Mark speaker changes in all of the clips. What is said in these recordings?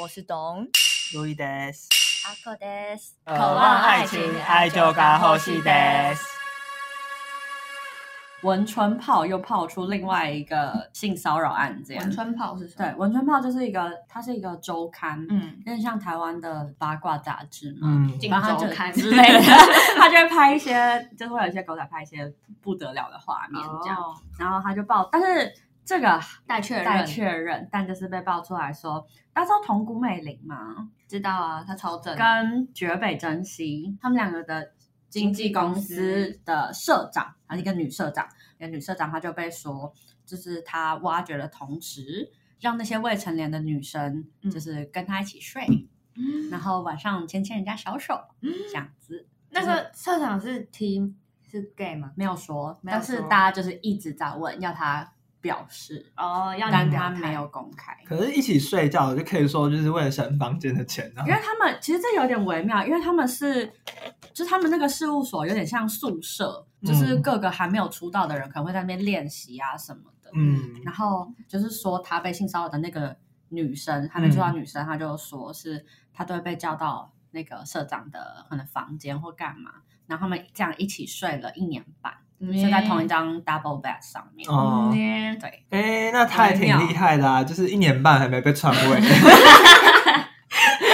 Speaker 1: 我是董
Speaker 2: 路易德斯，
Speaker 1: 阿克です。
Speaker 2: 渴。
Speaker 1: 望爱情愛情が欲しいです
Speaker 3: 文春炮又炮出另外一个性骚扰案件。
Speaker 4: 文春炮是什么？
Speaker 3: 对，文春炮就是一个，它是一个周刊，
Speaker 4: 嗯，
Speaker 3: 有点像台湾的八卦杂志嘛。
Speaker 2: 嗯，
Speaker 4: 进
Speaker 3: 然后他
Speaker 4: 周
Speaker 3: 就
Speaker 4: 刊
Speaker 3: 之类的， 他就会拍一些，就是会有一些狗仔拍一些不得了的画面这样，
Speaker 4: 哦，
Speaker 3: 然后他就爆，但是这个
Speaker 4: 待确认，
Speaker 3: 待确认，但就是被爆出来说，大家知道同谷美玲吗？
Speaker 4: 知道啊，他超正，
Speaker 3: 跟绝北珍惜他们两个的经纪公司的社长，还是一个女社长，一个女社长，她就被说，就是她挖掘了同时让那些未成年的女生
Speaker 4: 嗯
Speaker 3: 就是跟她一起睡，
Speaker 4: 嗯
Speaker 3: 然后晚上牵牵人家小手，这样子
Speaker 4: 那个社长是 T 是 gay 吗？
Speaker 3: 没有说，
Speaker 4: 没有
Speaker 3: 但是
Speaker 4: 说
Speaker 3: 大家就是一直在问，要她表示，
Speaker 4: 哦，要
Speaker 3: 但
Speaker 4: 你
Speaker 3: 她
Speaker 4: 表
Speaker 3: 没
Speaker 4: 态，
Speaker 3: 有公开。
Speaker 2: 可是一起睡觉就可以说就是为了省房间的钱啊
Speaker 3: 因。为他们其实这有点微妙，因为他们是，就是他们那个事务所有点像宿舍，就是
Speaker 2: 嗯
Speaker 3: 各个还没有出道的人可能会在那边练习啊什么的。
Speaker 2: 嗯，
Speaker 3: 然后就是说她被性骚扰的那个女生，还没
Speaker 2: 嗯
Speaker 3: 出道的女生，她就说是她都会被叫到那个社长的可能房间或干嘛，然后他们这样一起睡了一年半，睡在同一张 double bed 上面。
Speaker 2: 哦，
Speaker 4: 嗯
Speaker 3: 对，
Speaker 2: 哎，那他也挺厉害的啊，就是一年半还没被篡位。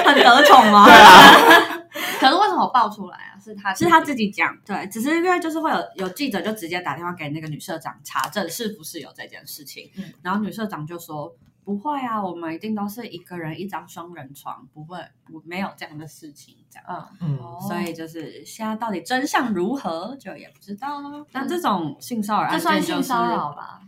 Speaker 3: 很得宠哦 吗？
Speaker 2: 对啊，
Speaker 4: 可是为什么爆出来啊？是他
Speaker 3: 是他自己讲，对，只是因为就是会有有记者就直接打电话给那个女社长查证是不是有这件事情，
Speaker 4: 嗯
Speaker 3: 然后女社长就说不会啊，我们一定都是一个人一张双人床，不会，不没有这样的事情，这样，
Speaker 4: 嗯，
Speaker 2: 嗯
Speaker 4: 哦
Speaker 3: 所以就是现在到底真相如何就也不知道了。但这种性骚扰案
Speaker 4: 这
Speaker 3: 件
Speaker 4: 算
Speaker 3: 就
Speaker 4: 性
Speaker 3: 是
Speaker 4: 骚扰吧？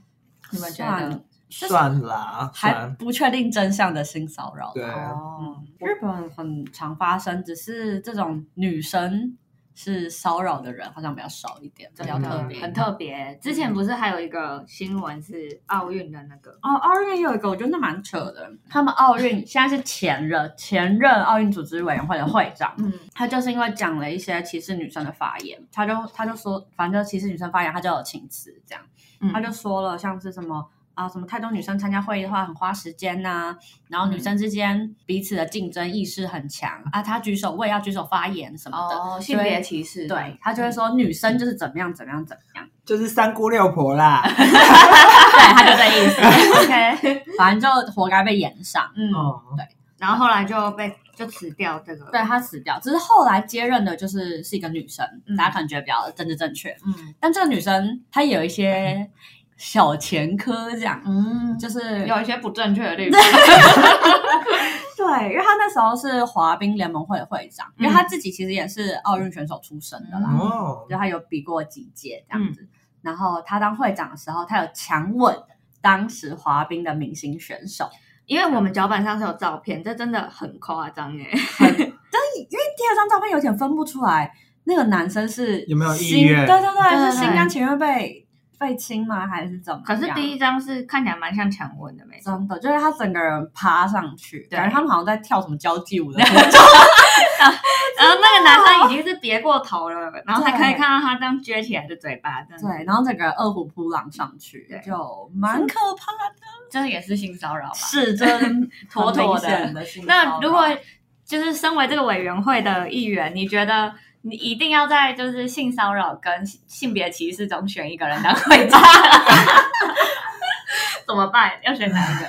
Speaker 4: 你们觉得
Speaker 3: 算？
Speaker 2: 算啦，
Speaker 3: 还
Speaker 2: 算
Speaker 3: 不确定真相的性骚扰，
Speaker 2: 对，啊
Speaker 4: 哦
Speaker 3: 嗯，日本很常发生，只是这种女生是骚扰的人好像比较少一点，比
Speaker 4: 真
Speaker 3: 较
Speaker 2: 嗯
Speaker 4: 的
Speaker 3: 特别。
Speaker 4: 很特别。之前不是还有一个新闻是奥运的那个，
Speaker 3: 哦，奥运也有一个，我觉得那蛮扯的。他们奥运现在是前任前任奥运组织委员会的会长，
Speaker 4: 嗯，
Speaker 3: 他就是因为讲了一些歧视女生的发言，他就他就说，反正歧视女生发言，他就有请辞这样，
Speaker 4: 嗯
Speaker 3: 他就说了像是什么。啊，什么太多女生参加会议的话很花时间呐、然后女生之间彼此的竞争意识很强、啊，她举手我也要举手发言什么的，
Speaker 4: 哦，性别歧视，
Speaker 3: 对他就会说女生就是怎么样怎么样怎么 样，
Speaker 2: 就是三姑六婆啦。
Speaker 3: 对，他就这意思，OK，反正就活该被延上。
Speaker 4: 嗯，
Speaker 2: 哦，
Speaker 4: 然后后来就被就辞掉这个，
Speaker 3: 对，他死掉，只是后来接任的就是是一个女生，
Speaker 4: 嗯
Speaker 3: 大家可能觉得比较政治正确，
Speaker 4: 嗯
Speaker 3: 但这个女生她有一些小前科，这样
Speaker 4: 嗯，
Speaker 3: 就是
Speaker 4: 有一些不正确的地方，
Speaker 3: 对，因为她那时候是滑冰联盟会的会长，因为
Speaker 4: 嗯
Speaker 3: 她自己其实也是奥运选手出身的啦，
Speaker 2: 哦，
Speaker 3: 就她有比过几届这
Speaker 4: 嗯
Speaker 3: 样子。然后她当会长的时候，她有强吻当时滑冰的明星选手，
Speaker 4: 因为我们脚板上是有照片，这真的很夸张 哎。
Speaker 3: 第二张照片有点分不出来，那个男生是
Speaker 2: 有没有意
Speaker 3: 心对
Speaker 2: 愿
Speaker 3: 对对，
Speaker 4: 对
Speaker 3: 是
Speaker 4: 对
Speaker 3: 心甘情愿被被亲吗？还是怎么样？
Speaker 4: 可是第一张是看起来蛮像强吻的，没错。
Speaker 3: 真的就是他整个人趴上去，
Speaker 4: 对
Speaker 3: 感觉他们好像在跳什么交际 舞的那种。哦
Speaker 4: 然后那个男生已经是别过头了，然后还
Speaker 3: 对
Speaker 4: 可以看到他这样撅起来的嘴巴，真的，
Speaker 3: 对，然后整个人二虎扑狼上去
Speaker 4: 对，
Speaker 3: 就蛮可怕的。
Speaker 4: 这也是性骚扰吧？
Speaker 3: 是， 真
Speaker 4: 妥妥的
Speaker 3: 的。
Speaker 4: 那如果就是身为这个委员会的一员，你觉得你一定要在就是性骚扰跟性性别歧视中选一个人当会 长，怎么办？要选哪一个？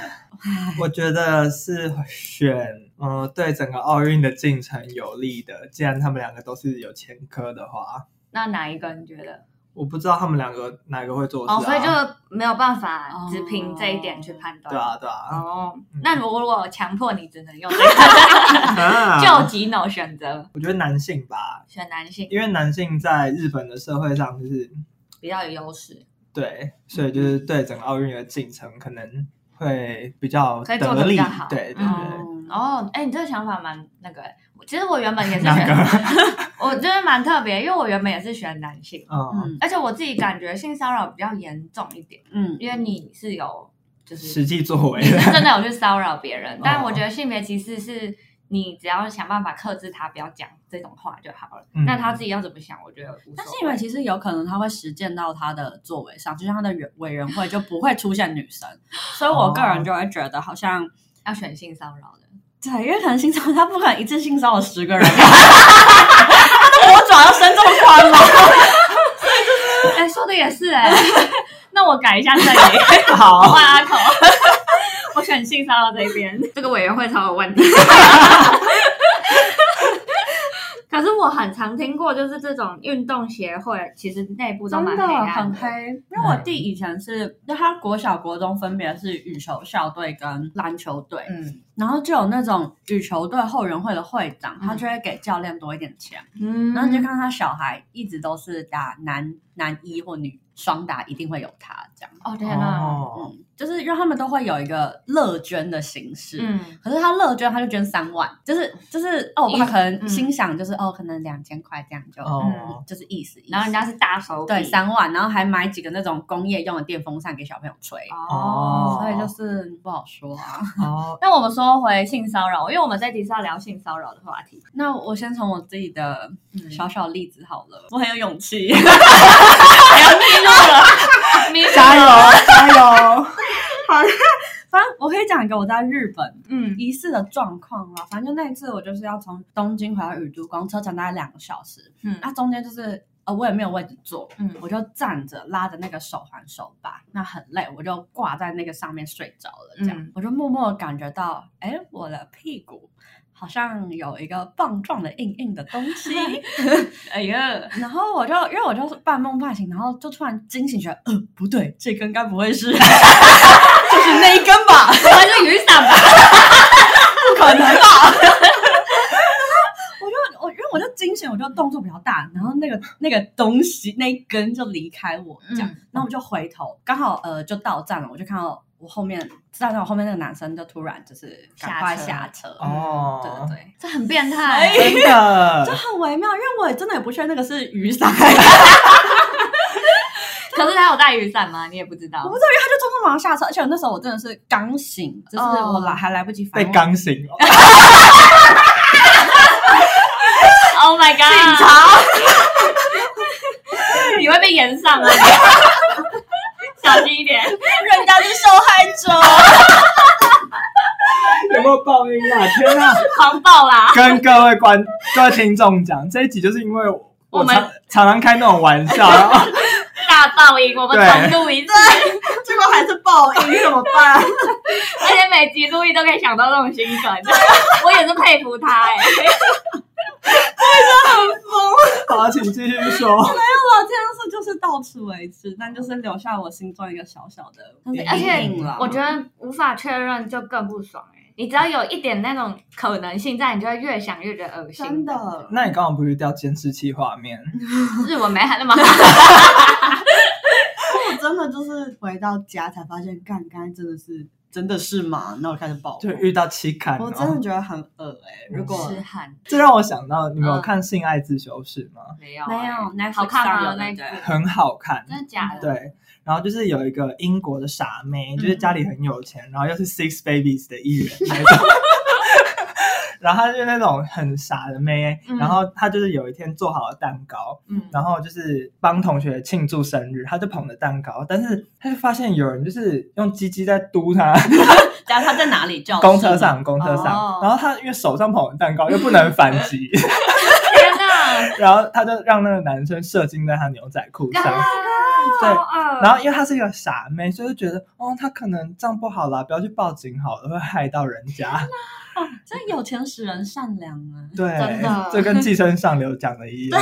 Speaker 2: 我觉得是选嗯、呃对整个奥运的进程有利的。既然他们两个都是有前科的话，
Speaker 4: 那哪一个你觉得？
Speaker 2: 我不知道他们两个哪个会做事、啊。
Speaker 4: 哦，所以就没有办法
Speaker 3: 哦
Speaker 4: 只凭这一点去判断。
Speaker 2: 对啊对啊，
Speaker 4: 哦
Speaker 2: 嗯，
Speaker 4: 那如果强迫你只能用这个，
Speaker 2: 啊
Speaker 4: 就几脑选择
Speaker 2: 我觉得男性吧，
Speaker 4: 选男性
Speaker 2: 因为男性在日本的社会上就是
Speaker 4: 比较有优势，
Speaker 2: 对，所以就是对整个奥运的进程可能会比较
Speaker 4: 可以做
Speaker 2: 得
Speaker 4: 得比
Speaker 2: 力
Speaker 4: 较好。
Speaker 2: 对对对。
Speaker 4: 嗯哦，哎、你这个想法蛮那个、欸。我其实我原本也是
Speaker 2: 哪
Speaker 4: 选，
Speaker 2: 个
Speaker 4: 我觉得蛮特别，因为我原本也是选男性，
Speaker 2: 嗯，
Speaker 3: 嗯
Speaker 4: 而且我自己感觉性骚扰比较严重一点，
Speaker 3: 嗯，
Speaker 4: 因为你是有就是
Speaker 2: 实际作为
Speaker 4: 你是真的有去骚扰别人，但我
Speaker 2: 哦
Speaker 4: 觉得性别歧视是你只要想办法克制他，不要讲这种话就好了。
Speaker 2: 嗯
Speaker 4: 那他自己要怎么想，我觉得无
Speaker 3: 但是
Speaker 4: 所
Speaker 3: 因
Speaker 4: 谓
Speaker 3: 为。其实有可能他会实践到他的作为上，就像他的委委员会哦就不会出现女生，所以我个人就会觉得好像
Speaker 4: 要选性骚扰的，
Speaker 3: 对，因为可能性骚扰他不可能一次性骚扰十个人，他的魔爪要伸这么宽吗？
Speaker 4: 哎、说的也是哎、 那我改一下这里，我
Speaker 2: 好，
Speaker 4: 换阿口， 我选性骚扰这一边，这个委员会超有 问题。可是我很常听过，就是这种运动协会，其实内部都蛮黑暗
Speaker 3: 很
Speaker 4: 的。
Speaker 3: 黑。因为我弟以前是，就他国小、国中分别是羽球校队跟篮球队，
Speaker 5: 嗯，
Speaker 3: 然后就有那种羽球队后援会的会长，他就会给教练多一点钱，
Speaker 4: 嗯
Speaker 3: 然后你就看他小孩一直都是打男男一或女双打，一定会有他这样。
Speaker 4: 哦天哪，
Speaker 2: 哦，
Speaker 3: 嗯，就是因为他们都会有一个乐捐的形式，
Speaker 4: 嗯，
Speaker 3: 可是他乐捐，他就捐三万，就是就是哦，
Speaker 4: 一
Speaker 3: 他可能
Speaker 4: 嗯
Speaker 3: 心想就是、哦，可能两千块这样就、
Speaker 2: 哦，
Speaker 3: 就是意思意思。
Speaker 4: 然后人家是大手笔，
Speaker 3: 对三万，然后还买几个那种工业用的电风扇给小朋友吹，嗯
Speaker 4: 哦。
Speaker 3: 所以就是不好说啊。
Speaker 2: 哦，
Speaker 4: 那我们说回性骚扰，因为我们这一集是要聊性骚扰的话题。
Speaker 3: 那我先从我自己的
Speaker 4: 嗯
Speaker 3: 小小例子好了，我很有勇气，
Speaker 4: 咪
Speaker 2: 加油，加油！
Speaker 3: 反正我可以讲一个我在日本
Speaker 4: 嗯
Speaker 3: 疑似的状况啦。反正就那一次我就是要从东京回到宇都宫，车程大概两个小时，
Speaker 4: 嗯
Speaker 3: 那中间就是呃我也没有位置坐，
Speaker 4: 嗯
Speaker 3: 我就站着拉着那个手环手把，那很累，我就挂在那个上面睡着了。这样，
Speaker 4: 嗯
Speaker 3: 我就默默地感觉到，哎，我的屁股好像有一个棒状的硬硬的东 西。
Speaker 4: 哎呀，
Speaker 3: 然后我就因为我就是半梦半醒，然后就突然惊醒，觉得，呃，不对，这根该不会是， 就是那一根吧？
Speaker 4: 我们是雨伞吧？
Speaker 3: 不可能吧？我就我因为我就惊醒，我就动作比较大，然后那个那个东西那一根就离开我，这样，
Speaker 4: 嗯
Speaker 3: 然后我就回头，刚好呃就到站了，我就看到我后面站在我后面那个男生就突然就是赶快
Speaker 4: 下
Speaker 3: 下车，对
Speaker 2: 哦
Speaker 3: 对，对，
Speaker 4: 这很变态。
Speaker 2: 真
Speaker 3: 就
Speaker 2: 的，
Speaker 3: 很微妙，因为我也真的也不确定那个是雨 伞还是什么，
Speaker 4: 可是他有带雨伞吗？你也不知道
Speaker 3: 我。不知道，因为他就匆匆忙下车，而且那时候我真的是刚醒，就是
Speaker 4: 哦
Speaker 3: 我来还来不及反
Speaker 2: 被
Speaker 3: 应，
Speaker 2: 刚醒哦，
Speaker 4: Oh my god！警察， 你会被延上啊！ 小心一点。
Speaker 3: 人家是受害 者，
Speaker 2: 有没有报应啊？天啊！
Speaker 4: 狂暴啦！
Speaker 2: 跟各位观各位听众讲，这一集就是因为我
Speaker 4: 我们
Speaker 2: 常常常开那种玩笑，然后
Speaker 4: 大噪音，我们重录一次，
Speaker 3: 结果还是报应，怎么办？
Speaker 4: 而且每集录音都可以想到这种心梗，我也是佩服他哎、
Speaker 2: 好，请继续说。
Speaker 3: 我这样是就是到此为止，但就是留下我心中一个小小的
Speaker 2: 是
Speaker 4: 而且
Speaker 3: 阴影啦
Speaker 4: 我觉得无法确认就更不爽哎、你只要有一点那种可能性在，你就会越想越觉得恶心。
Speaker 3: 真的，
Speaker 2: 那你刚好不是掉监视器画面？
Speaker 4: 嗯日文没喊那么好，
Speaker 3: 我真的就是回到家才发现，干刚才真的是真的是吗？那我开始爆
Speaker 2: 就遇到期刊、哦，
Speaker 3: 我真的觉得很恶哎、
Speaker 2: 嗯
Speaker 3: 如果
Speaker 4: 痴汉
Speaker 2: 这让我想到，你们有
Speaker 4: 嗯
Speaker 2: 看《性爱自修室》吗？
Speaker 4: 没有、欸、
Speaker 3: 没有，那
Speaker 4: 好看吗？那
Speaker 3: 那
Speaker 4: 一部
Speaker 2: 很好看，
Speaker 4: 真的假的？嗯
Speaker 2: 对。然后就是有一个英国的傻妹，就是家里很有钱，然后又是 Six Babies 的艺人那种。 然后她就是那种很傻的妹，
Speaker 4: 嗯
Speaker 2: 然后她就是有一天做好了蛋糕，
Speaker 4: 嗯，
Speaker 2: 然后就是帮同学庆祝生日，他就捧着蛋糕，但是他就发现有人就是用鸡鸡在嘟他，
Speaker 3: 假如他在哪里教室
Speaker 2: 公车上，公车上
Speaker 4: 哦，
Speaker 2: 然后他因为手上捧着蛋糕又不能反击，
Speaker 4: 天 哪！
Speaker 2: 然后他就让那个男生射精在他牛仔裤 上，
Speaker 4: 啊
Speaker 2: 对
Speaker 4: 超恶
Speaker 2: 然后因为他是一个傻妹，所以就觉得哦，他可能这样不好啦，不要去报警好了，会害到人家。
Speaker 3: 真有钱使人善良啊！
Speaker 2: 对
Speaker 4: 真的，
Speaker 2: 这跟寄生上流讲的一 样。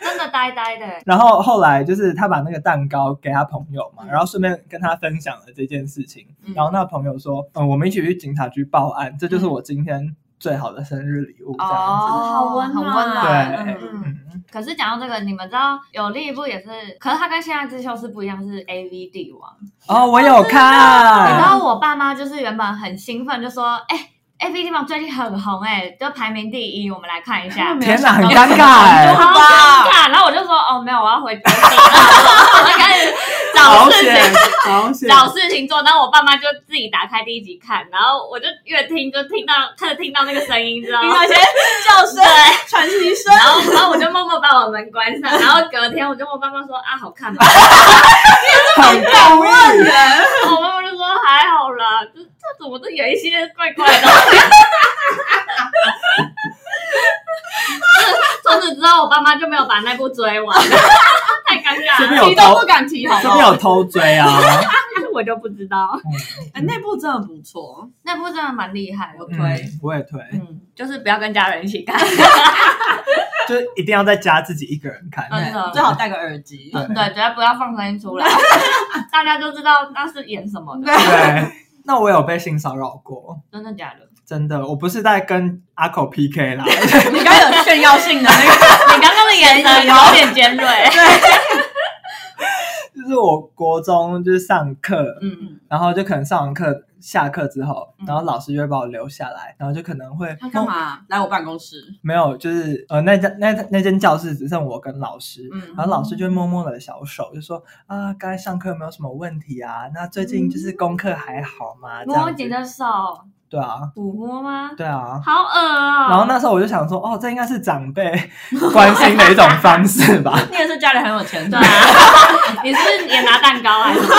Speaker 4: 真的呆呆的，
Speaker 2: 然后后来就是他把那个蛋糕给他朋友嘛，
Speaker 4: 嗯
Speaker 2: 然后顺便跟他分享了这件事情。
Speaker 4: 嗯
Speaker 2: 然后那个朋友说：“嗯，我们一起去警察局报案，这就是我今天最好的生日礼物。”这样子。
Speaker 3: 好温
Speaker 4: 很
Speaker 3: 暖
Speaker 4: 哦
Speaker 3: 啊
Speaker 4: 温暖。
Speaker 2: 对
Speaker 4: 嗯，
Speaker 2: 嗯，
Speaker 4: 可是讲到这个，你们知道有另一部也是，可是它跟现在之秀是不一样，是 A V 帝王。
Speaker 2: 哦，我有
Speaker 4: 你
Speaker 3: 嗯
Speaker 4: 知道
Speaker 2: 看，
Speaker 4: 我爸妈就是原本很兴奋，就说：“哎、a V 帝王最近很红、哎，就排名第一，我们来看一下。”
Speaker 2: 天哪，很尴尬
Speaker 4: 好
Speaker 2: 哎，
Speaker 4: 尴尬，然后我就说哦，没有，我要回北京，我就开始找
Speaker 2: 好
Speaker 4: 事
Speaker 2: 险
Speaker 4: 情，
Speaker 2: 好险！
Speaker 4: 找事情做，然后我爸妈就自己打开第一集看，然后我就越听就听到，开始听到那个声音，知道
Speaker 3: 听
Speaker 4: 吗
Speaker 3: 到？一些叫声、喘息 声，
Speaker 4: 然后，然后我就默默把我门关上，然后隔天我就问我爸妈说啊，好看吗？
Speaker 2: 很到位，
Speaker 4: 然后我爸妈就说还好啦，这这怎么都有一些怪怪的。 妈就没有把那部追完，太尴尬
Speaker 2: 这边有
Speaker 4: 了。
Speaker 3: 提都不
Speaker 2: 偷，
Speaker 3: 敢提，好不
Speaker 2: 这边有
Speaker 3: 好？
Speaker 2: 偷追啊。
Speaker 4: 我就不知道，
Speaker 3: 哎那部真的不错，哦
Speaker 4: 那部真的蛮厉害的。
Speaker 2: 嗯
Speaker 3: 推，
Speaker 2: 我也推，
Speaker 4: 嗯，就是不要跟家人一起看，
Speaker 2: 就是一定要在家自己一个人看。
Speaker 4: 真的
Speaker 3: 最好戴个耳机。
Speaker 2: 对
Speaker 4: 对，绝对不要放声音出来，大家都知道那是演什么的，
Speaker 2: 对，那我有被性骚扰过，
Speaker 4: 真的假的？
Speaker 2: 真的，我不是在跟阿口 PK 啦，
Speaker 3: 你刚刚有炫耀性的那个，
Speaker 4: 你刚刚的眼神有点尖锐，
Speaker 2: 就是我国中就是上课，
Speaker 4: 嗯，
Speaker 2: 然后就可能上完课下课之后，
Speaker 4: 嗯
Speaker 2: 然后老师就会把我留下来，然后就可能会
Speaker 3: 他干
Speaker 2: 哦
Speaker 3: 嘛啊来我办公室？
Speaker 2: 没有，就是呃那间那那间教室只剩我跟老师。
Speaker 3: 嗯
Speaker 2: 然后老师就会摸摸我的小手，就说啊，刚才上课有没有什么问题啊？那最近就是功课还好吗？
Speaker 3: 嗯
Speaker 2: 这
Speaker 4: 摸
Speaker 2: 样
Speaker 4: 你
Speaker 2: 子，
Speaker 4: 的手，
Speaker 2: 对啊，
Speaker 4: 抚摸吗？
Speaker 2: 对啊。
Speaker 4: 好恶哦。
Speaker 2: 然后那时候我就想说，哦，这应该是长辈关心的一种方式吧。
Speaker 3: 你也是家里很有钱
Speaker 4: 对
Speaker 3: 的，
Speaker 4: 啊，你是不是也拿蛋糕还是什么？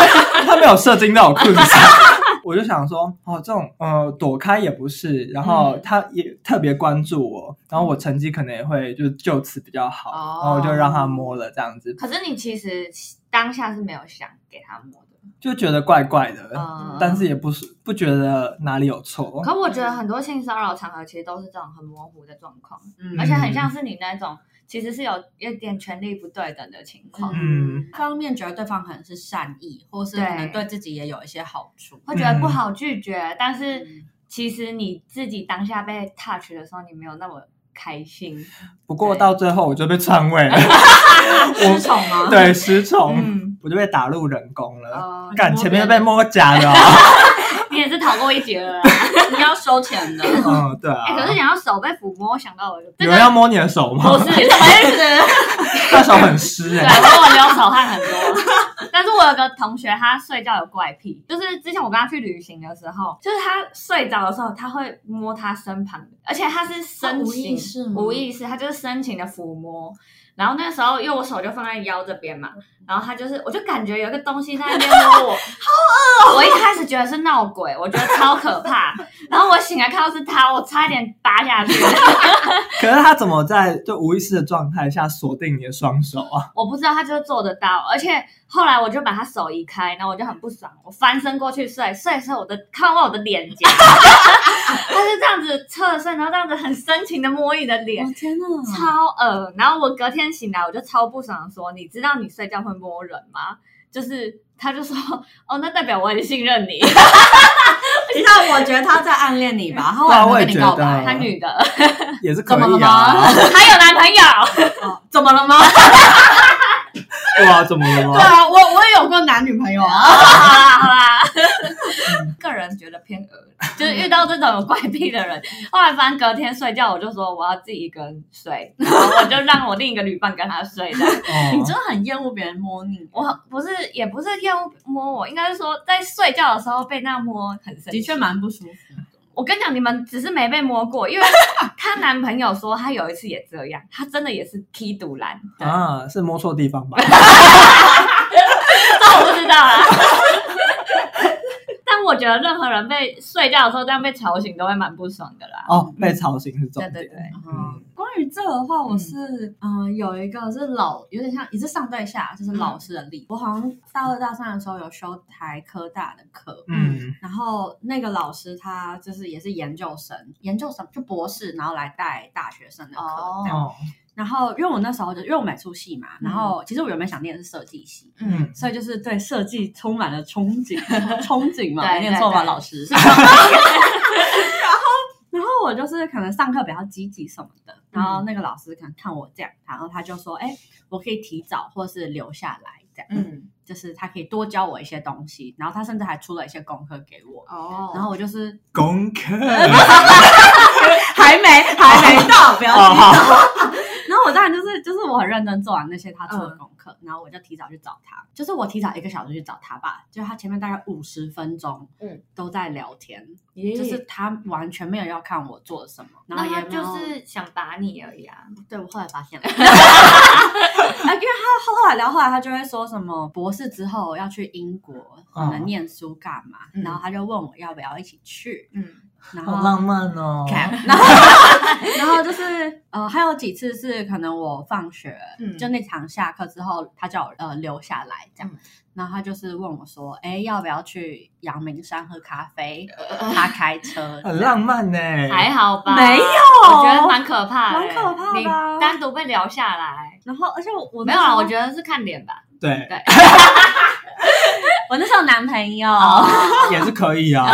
Speaker 2: 他没有射精到我裤子上。我就想说，哦，这种呃躲开也不是，然后
Speaker 3: 嗯
Speaker 2: 他也特别关注我，然后我成绩可能也会就就此比较好，
Speaker 3: 哦
Speaker 2: 然后我就让他摸了这样子，
Speaker 4: 可是你其实当下是没有想给他摸的，
Speaker 2: 就觉得怪怪的，
Speaker 4: 嗯
Speaker 2: 呃但是也不是不觉得哪里有错，
Speaker 4: 可我觉得很多性骚扰场合其实都是这种很模糊的状况，
Speaker 3: 嗯
Speaker 4: 而且很像是你那种其实是有有点权力不对等的情况，
Speaker 2: 嗯
Speaker 3: 一方面觉得对方可能是善意，或是可能
Speaker 4: 对
Speaker 3: 对自己也有一些好处。嗯
Speaker 4: 会觉
Speaker 2: 嗯
Speaker 4: 得不好拒绝，但是其实你自己当下被 touch 的时候，你没有那么 开心，
Speaker 2: 不过到最后我就被篡位了，
Speaker 3: 失宠吗？
Speaker 2: 对，失宠，
Speaker 4: 嗯
Speaker 2: 我就被打入冷宫了。
Speaker 4: 哦，
Speaker 2: 干、
Speaker 3: 你摸
Speaker 2: 前面
Speaker 3: 别
Speaker 2: 被
Speaker 3: 人
Speaker 2: 摸假的、哦，
Speaker 4: 你也是逃过一劫了啦。啊
Speaker 3: 你要收钱的。
Speaker 2: 嗯，对啊
Speaker 4: 哎、。可是讲到手被抚摸，我想到我就这
Speaker 2: 有
Speaker 4: 个
Speaker 2: 人要摸你的手吗
Speaker 4: 不？是什么意思？
Speaker 2: 那手很湿
Speaker 4: 对，
Speaker 2: 哎、
Speaker 4: 所以我流手汗很多。 但是我有个同学，他睡觉有怪癖，就是之前我跟他去旅行的时候，就是他睡着的时候，他会摸他身旁的，而且他是深
Speaker 3: 他无
Speaker 4: 情，
Speaker 3: 意识吗
Speaker 4: 无意识，他就是深情的抚摸。然后那时候，因为我手就放在腰这边嘛，然后他就是，我就感觉有一个东西在那边摸 我，好恶、我一开始觉得是闹鬼，我觉得超可怕。然后我醒来看到是他，我差一点拔下去。
Speaker 2: 可是他怎么在就无意识的状态下锁定你的双手啊？
Speaker 4: 我不知道他就是做得到，而且后来我就把他手移开，然后我就很不爽，我翻身过去睡，睡的时候我的看到我的脸颊， 他是这样子侧身，然后这样子很深情的摸你的脸
Speaker 3: 我，天哪！
Speaker 4: 超恶。然后我隔天醒来，我就超不爽，说你知道你睡觉会摸人吗？就是他就说哦，那代表我很信任你，
Speaker 3: 那我觉得他在暗恋你吧，他
Speaker 2: 对啊
Speaker 3: 晚上跟你告
Speaker 2: 我也觉
Speaker 3: 白，
Speaker 2: 得
Speaker 4: 他女的，
Speaker 2: 也是可
Speaker 3: 怎么了
Speaker 2: 以
Speaker 3: 吗
Speaker 2: 啊。？
Speaker 4: 还有男朋友，
Speaker 3: 哦怎么了吗？
Speaker 2: 对啊，怎么了
Speaker 3: 对
Speaker 2: 吗？
Speaker 3: 啊，我我也有过男女朋友啊。
Speaker 4: 好啦好啦， 个人觉得偏恶，就是遇到这种有怪癖的人。后来反正隔天睡觉，我就说我要自己一个人睡， 然后我就让我另一个女伴跟他睡的。
Speaker 3: 啊你
Speaker 2: 哦
Speaker 3: 真的很厌恶别人摸你，
Speaker 4: 我不是也不是厌恶摸我，应该是说在睡觉的时候被那摸很生气。
Speaker 3: 的确蛮不舒服。
Speaker 4: 我跟你讲，你们只是没被摸过，因为她男朋友说他有一次也这样，他真的也是踢 独篮，对
Speaker 2: 啊，是摸错地方吧？
Speaker 4: 这我不知道啊。 但我觉得任何人被睡觉的时候这样被吵醒都会蛮不爽的啦。
Speaker 2: 哦，被吵醒是重
Speaker 4: 对
Speaker 2: 点。
Speaker 4: 对对，
Speaker 2: 嗯
Speaker 3: 关于这的话，我是嗯、呃有一个是老，有点像也是上对下，就是老师的例子。我好像大二大三的时候有修台科大的课，
Speaker 2: 嗯
Speaker 3: 然后那个老师他就是也是研究生，研究生就博士，然后来带大学生的课。
Speaker 4: 哦
Speaker 3: 这样
Speaker 2: 哦
Speaker 3: 然后因为我那时候就因为我美术系嘛，然后
Speaker 4: 嗯
Speaker 3: 其实我原本想念的是设计系。
Speaker 2: 嗯，
Speaker 3: 所以就是对设计充满了憧憬， 憧憬嘛，没
Speaker 4: 对
Speaker 3: 念错
Speaker 4: 对
Speaker 3: 吧，
Speaker 4: 对
Speaker 3: 老 师？ 然后，然后我就是可能上课比较积极什么的，然后
Speaker 4: 嗯
Speaker 3: 那个老师可能看我这样，然后他就说：“哎，我可以提早或是留下来，这样，
Speaker 4: 嗯，
Speaker 3: 就是他可以多教我一些东西。”然后他甚至还出了一些功课给我，
Speaker 4: 哦
Speaker 3: 然后我就是
Speaker 2: 功 课
Speaker 3: 还没还没到，不要
Speaker 2: 哦，
Speaker 3: 急。
Speaker 2: 好，
Speaker 3: 然后我当然就是就是我很认真做完那些他出的功课，然后我就提早去找他，就是我提早一个小时去找他吧，就他前面大概五十分钟，
Speaker 4: 嗯
Speaker 3: 嗯，都在聊天，
Speaker 4: 就
Speaker 3: 就是他完全没有要看我做什么，然后
Speaker 4: 那
Speaker 3: 也
Speaker 4: 他
Speaker 3: 没有
Speaker 4: 就是想打你而已啊。
Speaker 3: 对我后来发现了， 啊，因为他后来聊，后来他就会说什么博士之后要去英国，可能
Speaker 2: 嗯
Speaker 3: 念书干嘛，
Speaker 4: 嗯
Speaker 3: 然后他就问我要不要一起去，
Speaker 4: 嗯，
Speaker 3: 然
Speaker 2: 好
Speaker 3: 后
Speaker 2: 浪漫哦。
Speaker 3: 然后 然后就是呃，还有几次是可能我放学，
Speaker 4: 嗯
Speaker 3: 就那堂下课之后，他叫我呃留下来这样，
Speaker 4: 嗯
Speaker 3: 然后他就是问我说，哎，要不要去阳明山喝咖啡？
Speaker 4: 呃
Speaker 3: 他开 车，
Speaker 2: 很浪漫呢、
Speaker 4: 嗯还好吧？
Speaker 3: 没有
Speaker 4: 我觉得蛮可怕的，欸
Speaker 3: 蛮可怕的
Speaker 4: 你
Speaker 3: 啊
Speaker 4: 单独被聊下来，
Speaker 3: 然后而且我我
Speaker 4: 没
Speaker 3: 那
Speaker 4: 有
Speaker 3: 时
Speaker 4: 啦，
Speaker 3: 候
Speaker 4: 我觉得是看脸吧。
Speaker 2: 对，
Speaker 4: 对，
Speaker 3: 我那时候有男朋友，
Speaker 4: 哦
Speaker 2: 也是可以 啊，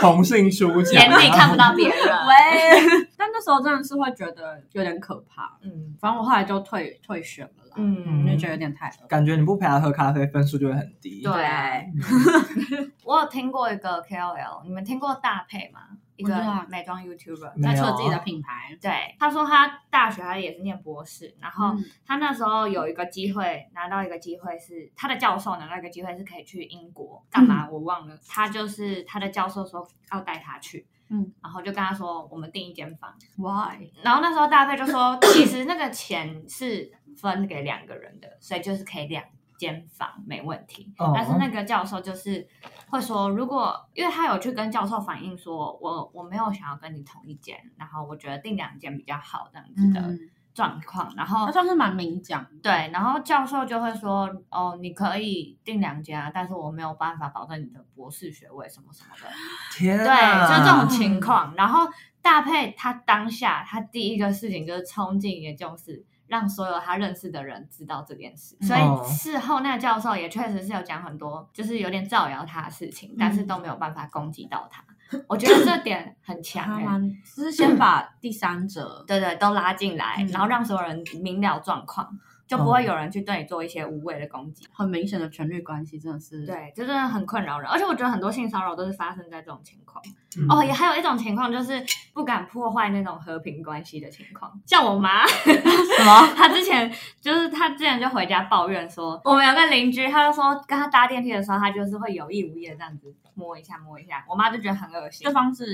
Speaker 2: 同性出墙，
Speaker 4: 眼里看不到别人。
Speaker 3: 喂，但那时候真的是会觉得有点可怕。
Speaker 4: 嗯
Speaker 3: 反正我后来就退退选了啦，因为
Speaker 4: 嗯
Speaker 3: 觉得有点太恶。
Speaker 2: 感觉你不陪他喝咖啡，分数就会很低。
Speaker 4: 对
Speaker 2: 嗯，
Speaker 4: 我有听过一个 KOL，你们听过大配吗？一
Speaker 3: 我知
Speaker 4: 个
Speaker 3: 道
Speaker 4: 美妆 YouTuber，
Speaker 2: 没
Speaker 3: 他
Speaker 2: 有
Speaker 3: 出了自己
Speaker 4: 哦
Speaker 3: 的品牌，
Speaker 4: 对，他说他大学他也是念博士，然后
Speaker 3: 嗯
Speaker 4: 他那时候有一个机会拿到一个机会是他的教授拿到一个机会是可以去英国干
Speaker 3: 嗯
Speaker 4: 嘛我忘了，他就是他的教授说要带他去，
Speaker 3: 嗯，
Speaker 4: 然后就跟他说我们订一间房，
Speaker 3: ，Why？
Speaker 4: 然后那时候大飞 就说其实那个钱是分给两个人的，所以就是可以两。间房没问题，
Speaker 2: 哦
Speaker 4: 但是那个教授就是会说，如果因为他有去跟教授反映说，我我没有想要跟你同一间，然后我觉得订两间比较好这样子的，
Speaker 3: 嗯，
Speaker 4: 状况，然后
Speaker 3: 他算是蛮明讲的，
Speaker 4: 对，然后教授就会说，哦，你可以订两间啊，但是我没有办法保证你的博士学位什么什么的，
Speaker 2: 天
Speaker 4: 对，
Speaker 2: 啊，
Speaker 4: 就这种情况。然后大佩他当下他第一个事情就是冲进研究室，让所有他认识的人知道这件事，
Speaker 3: 嗯
Speaker 4: 所以事后那个教授也确实是有讲很多，就是有点造谣他的事情，但是都没有办法攻击到他。我觉得这点 很强、
Speaker 3: 他
Speaker 4: 欸，
Speaker 3: 蛮就是先把第三者，
Speaker 4: 对对，都拉进来，
Speaker 3: 嗯
Speaker 4: 然后让所有人明了状况，就不会有人去对你做一些无谓的攻击。
Speaker 3: 很明显的权力关系，真的是，
Speaker 4: 对，这真的很困扰人，而且我觉得很多性骚扰都是发生在这种情况。
Speaker 2: 嗯
Speaker 4: 哦，也还有一种情况就是不敢破坏那种和平关系的情况，像我妈，
Speaker 3: 什么？
Speaker 4: 她之前就是她之前就回家抱怨说，我们有个邻居，她就说跟她搭电梯的时候，她就是会有意无意的这样子摸一下摸一下，我妈就觉得很恶心
Speaker 3: 对，方是，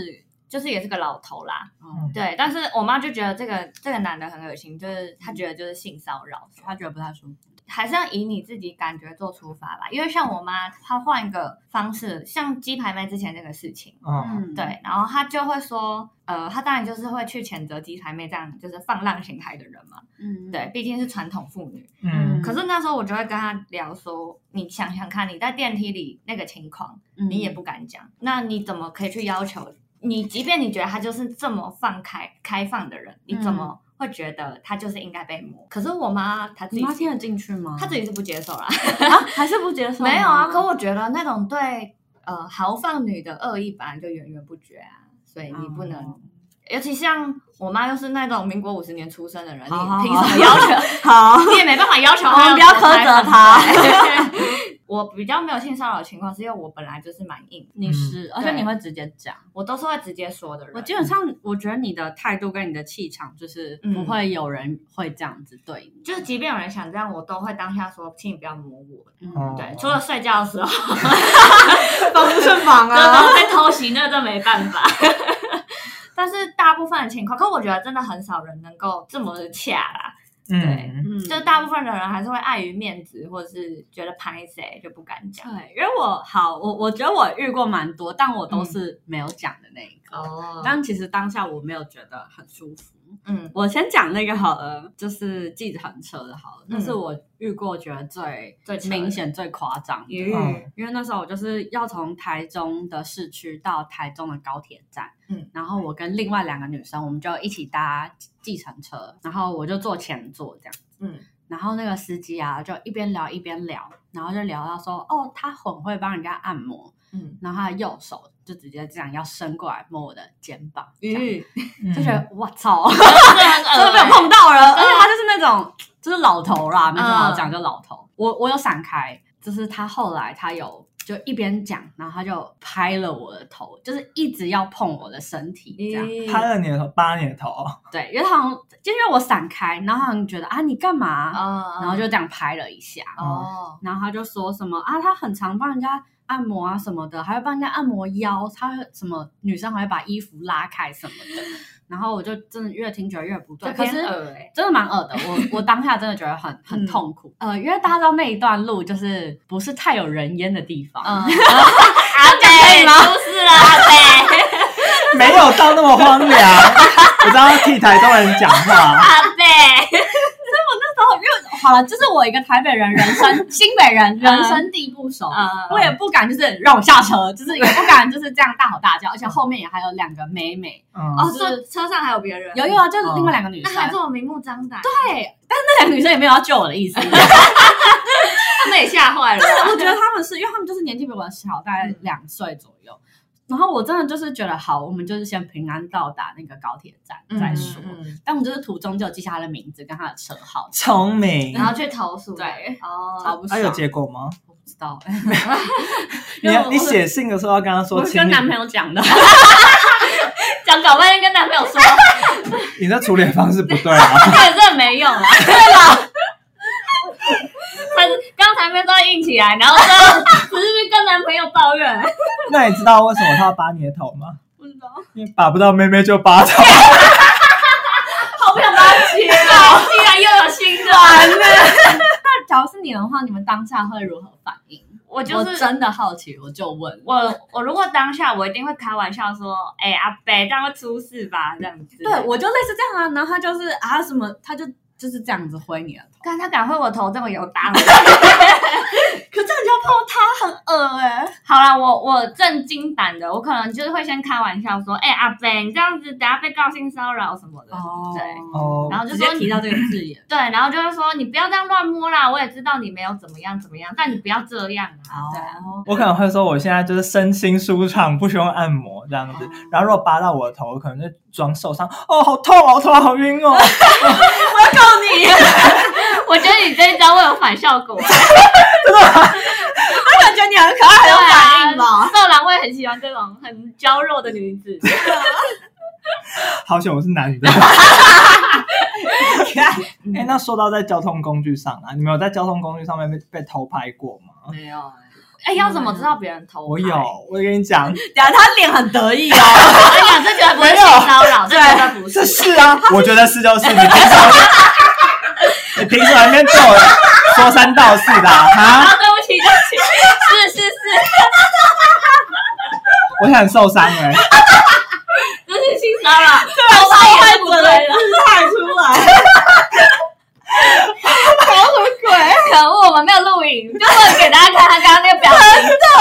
Speaker 4: 就是也是个老头啦，
Speaker 3: 哦，
Speaker 4: 对，但是我妈就觉得这个这个男的很恶心，就是她觉得就是性骚扰，
Speaker 3: 他觉得不太舒服，
Speaker 4: 还是要以你自己感觉做出发吧。因为像我妈，她换一个方式，像鸡排妹之前那个事情，
Speaker 2: 嗯，
Speaker 4: 对，然后她就会说，呃，她当然就是会去谴责鸡排妹这样就是放浪形骸的人嘛，
Speaker 3: 嗯，
Speaker 4: 对，毕竟是传统妇女。
Speaker 2: 嗯，
Speaker 4: 可是那时候我就会跟她聊说，你想想看，你在电梯里那个情况，
Speaker 3: 嗯，
Speaker 4: 你也不敢讲，那你怎么可以去要求你？即便你觉得他就是这么放开开放的人，你怎
Speaker 3: 嗯
Speaker 4: 么会觉得他就是应该被摸？可是我妈她自
Speaker 3: 你
Speaker 4: 己
Speaker 3: 妈，听得进去吗？
Speaker 4: 她自己是不接受啦。
Speaker 3: 啊，还是不接受吗？
Speaker 4: 没有啊，可我觉得那种对呃豪放女的恶意本来就源源不绝啊，所以你不能。
Speaker 3: 哦
Speaker 4: 尤其像我妈又是那种民国五十年出生的人，你
Speaker 3: 好好
Speaker 4: 凭
Speaker 3: 好
Speaker 4: 什么 要求？
Speaker 3: 好，
Speaker 4: 你也没办法要求
Speaker 3: 哦 我们
Speaker 4: 她。
Speaker 3: 不要苛责她。
Speaker 4: 我比较没有性骚扰的情况，是因为我本来就是蛮硬的，
Speaker 3: 你是，而且
Speaker 4: 对
Speaker 3: 你会直接讲。
Speaker 4: 我都是会直接说的人。
Speaker 3: 我基本上，我觉得你的态度跟你的气场，就是不
Speaker 4: 嗯
Speaker 3: 会有人会这样子对你。
Speaker 4: 就是即便有人想这样，我都会当下说，请你不要摸我。
Speaker 3: 嗯
Speaker 2: 哦
Speaker 4: 对，除了睡觉的时候，
Speaker 3: 防不胜防
Speaker 4: 然！ 后被偷袭，那真没办法。但是大部分的情况，可我觉得真的很少人能够这么的恰啦。对
Speaker 2: 嗯，
Speaker 3: 嗯，
Speaker 4: 就大部分的人还是会碍于面子，或者是觉得拍谁就不敢讲。
Speaker 3: 对，因为我好，我我觉得我遇过蛮多，但我都是没有讲的那一个。
Speaker 4: 哦
Speaker 3: 但其实当下我没有觉得很舒服。
Speaker 4: 嗯
Speaker 3: 我先讲那个好了，就是计程车的好了，那、是
Speaker 4: 嗯
Speaker 3: 我遇过觉得最
Speaker 4: 最扯的
Speaker 3: 明显、最夸张的。
Speaker 4: 咦
Speaker 2: 嗯
Speaker 3: 因为那时候我就是要从台中的市区到台中的高铁站，
Speaker 4: 嗯，
Speaker 3: 然后我跟另外两个女生，我们就一起搭计程车，然后我就坐前座这样，
Speaker 4: 嗯
Speaker 3: 然后那个司机啊，就一边聊一边聊，然后就聊到说，哦，他很会帮人家按摩，
Speaker 4: 嗯，
Speaker 3: 然后他的右手就直接这样要伸过来摸我的肩膀，这样
Speaker 4: 咦，
Speaker 3: 就
Speaker 2: 嗯
Speaker 3: 觉得我操，
Speaker 4: 真的
Speaker 3: 真
Speaker 4: 很
Speaker 3: 的
Speaker 4: 恶
Speaker 3: 被我碰到了，而且他就是那种就是老头啦，没什么好讲，就老头。我我有闪开，就是他后来他有就一边讲，然后他就拍了我的头，就是一直要碰我的身体这样。
Speaker 4: 欸
Speaker 2: 拍了你的头，扒你的头，
Speaker 3: 对，因为他好像就因为我闪开，然后他好像觉得啊你干嘛，
Speaker 4: 啊
Speaker 3: 然后就这样拍了一下，
Speaker 4: 哦，
Speaker 3: 然后他就说什么啊他很常帮人家。按摩啊什么的，还会帮人家按摩腰，他会什么女生还会把衣服拉开什么的， 然后我就真的越听觉得越不对。
Speaker 4: 这
Speaker 3: 可
Speaker 4: 偏
Speaker 3: 是
Speaker 4: 恶哎，
Speaker 3: 真的蛮 恶的，我我当下真的觉得很很痛苦。呃，因为大家知道那一段路就是不是太有人烟的地方，
Speaker 4: 嗯，阿北出事了，阿北。
Speaker 2: 没有到那么荒凉。 我知道替台中人讲话，
Speaker 4: 阿贝，
Speaker 3: 然后因为好了，就是我一个台北人，人 生新北人，人生地不熟，
Speaker 4: 嗯
Speaker 3: 我也不敢就是让我下车，就是也不敢就是这样大吼大叫，而且后面也还有两个美美，
Speaker 2: 嗯，
Speaker 4: 哦，车车上还有别人，
Speaker 3: 有有啊，就是另外两个女
Speaker 4: 那
Speaker 3: 生，
Speaker 4: 还这么明目张胆，
Speaker 3: 对，但嗯 是那两个女生也没有要救我的意 思，
Speaker 4: 他们也吓坏了。
Speaker 3: 我觉得他们是因为他们就是年纪比我小，大概两岁左右。然后我真的就是觉得好，我们就是先平安到达那个高铁站再说。
Speaker 4: 嗯嗯嗯
Speaker 3: 但我们就是途中就有记下他的名字跟他的车号，
Speaker 2: 聪明
Speaker 4: 然。后去投诉，
Speaker 3: 对，超
Speaker 4: 哦，
Speaker 3: 不
Speaker 2: 那、
Speaker 3: 爽。
Speaker 2: 有结果吗？
Speaker 3: 我不知道，
Speaker 2: 你
Speaker 3: 因为我
Speaker 2: 你写信的时候要跟他说，
Speaker 3: 我是
Speaker 2: 请
Speaker 3: 跟
Speaker 2: 你
Speaker 3: 男朋友讲
Speaker 2: 啊
Speaker 3: 的，
Speaker 4: 讲搞半天跟男朋友说，
Speaker 2: 你的处理方式不对啊。
Speaker 4: 这这没用啊，对 吧？他刚才没都硬起来，然后说只是跟男朋友抱怨，
Speaker 2: 那你知道为什么他要拔你的头吗？
Speaker 3: 不知道。
Speaker 2: 因为拔不到妹妹就拔头。
Speaker 4: 好不想把他接哦 了，竟然又有新的，
Speaker 3: 那假如是你的话，你们当下会如何反应？
Speaker 4: 我
Speaker 3: 我
Speaker 4: 就是
Speaker 3: 真的好奇，我就问。
Speaker 4: 我我如果当下我一定会开玩笑说，哎、阿北这样会出事吧，这样子。
Speaker 3: 对，我就类似这样啊，然后他就是啊什么，他就就是这样子挥你的头，
Speaker 4: 看他敢挥我头这么有大。
Speaker 3: 可这样就要碰他很恶哎、
Speaker 4: 好啦，我我正经版的，我可能就是会先开玩笑说，哎、阿北你这样子，等下被告性骚扰什么的。
Speaker 3: 哦
Speaker 4: 对
Speaker 2: 哦
Speaker 4: 然后就
Speaker 3: 直
Speaker 4: 说
Speaker 3: 接提到这个字眼。
Speaker 4: 对，然后就是说你不要这样乱摸啦，我也知道你没有怎么样怎么样，但你不要这样啊。对啊，
Speaker 3: 哦，
Speaker 2: 我可能会说，我现在就是身心舒畅，不需要按摩这
Speaker 3: 哦
Speaker 2: 样子。然后如果拔到我的头，我可能就装受伤，哦，好痛哦，我头好晕哦。
Speaker 4: 我觉得你这一招会有反效果，啊
Speaker 3: 我感觉你很可爱，很有反应
Speaker 4: 对
Speaker 3: 吧？
Speaker 4: 啊色狼会很喜欢这种很娇弱的女子。
Speaker 2: 好险我是男的。 哎、那说到在交通工具上啊，你们有在交通工具上面被被偷拍过吗？
Speaker 3: 没有哎、
Speaker 4: 哎，要怎么知道别人偷拍？
Speaker 2: 我有，我跟你讲，
Speaker 3: 等下他脸很得 意哦，
Speaker 4: 哎呀，这绝对不是性骚扰，这绝对不是。
Speaker 2: 这是啊，我觉得是就是，你凭什么？ 你凭什么在那边对我说三道四的啊？哈
Speaker 4: 啊，对不起，对不 起，是是是，
Speaker 2: 我很受伤哎、
Speaker 4: 这是性骚扰，
Speaker 3: 啊
Speaker 4: 偷拍也是不对了。
Speaker 3: 太出来，
Speaker 4: 可恶，我们没有录影，就为了给大家看他刚刚那个表情，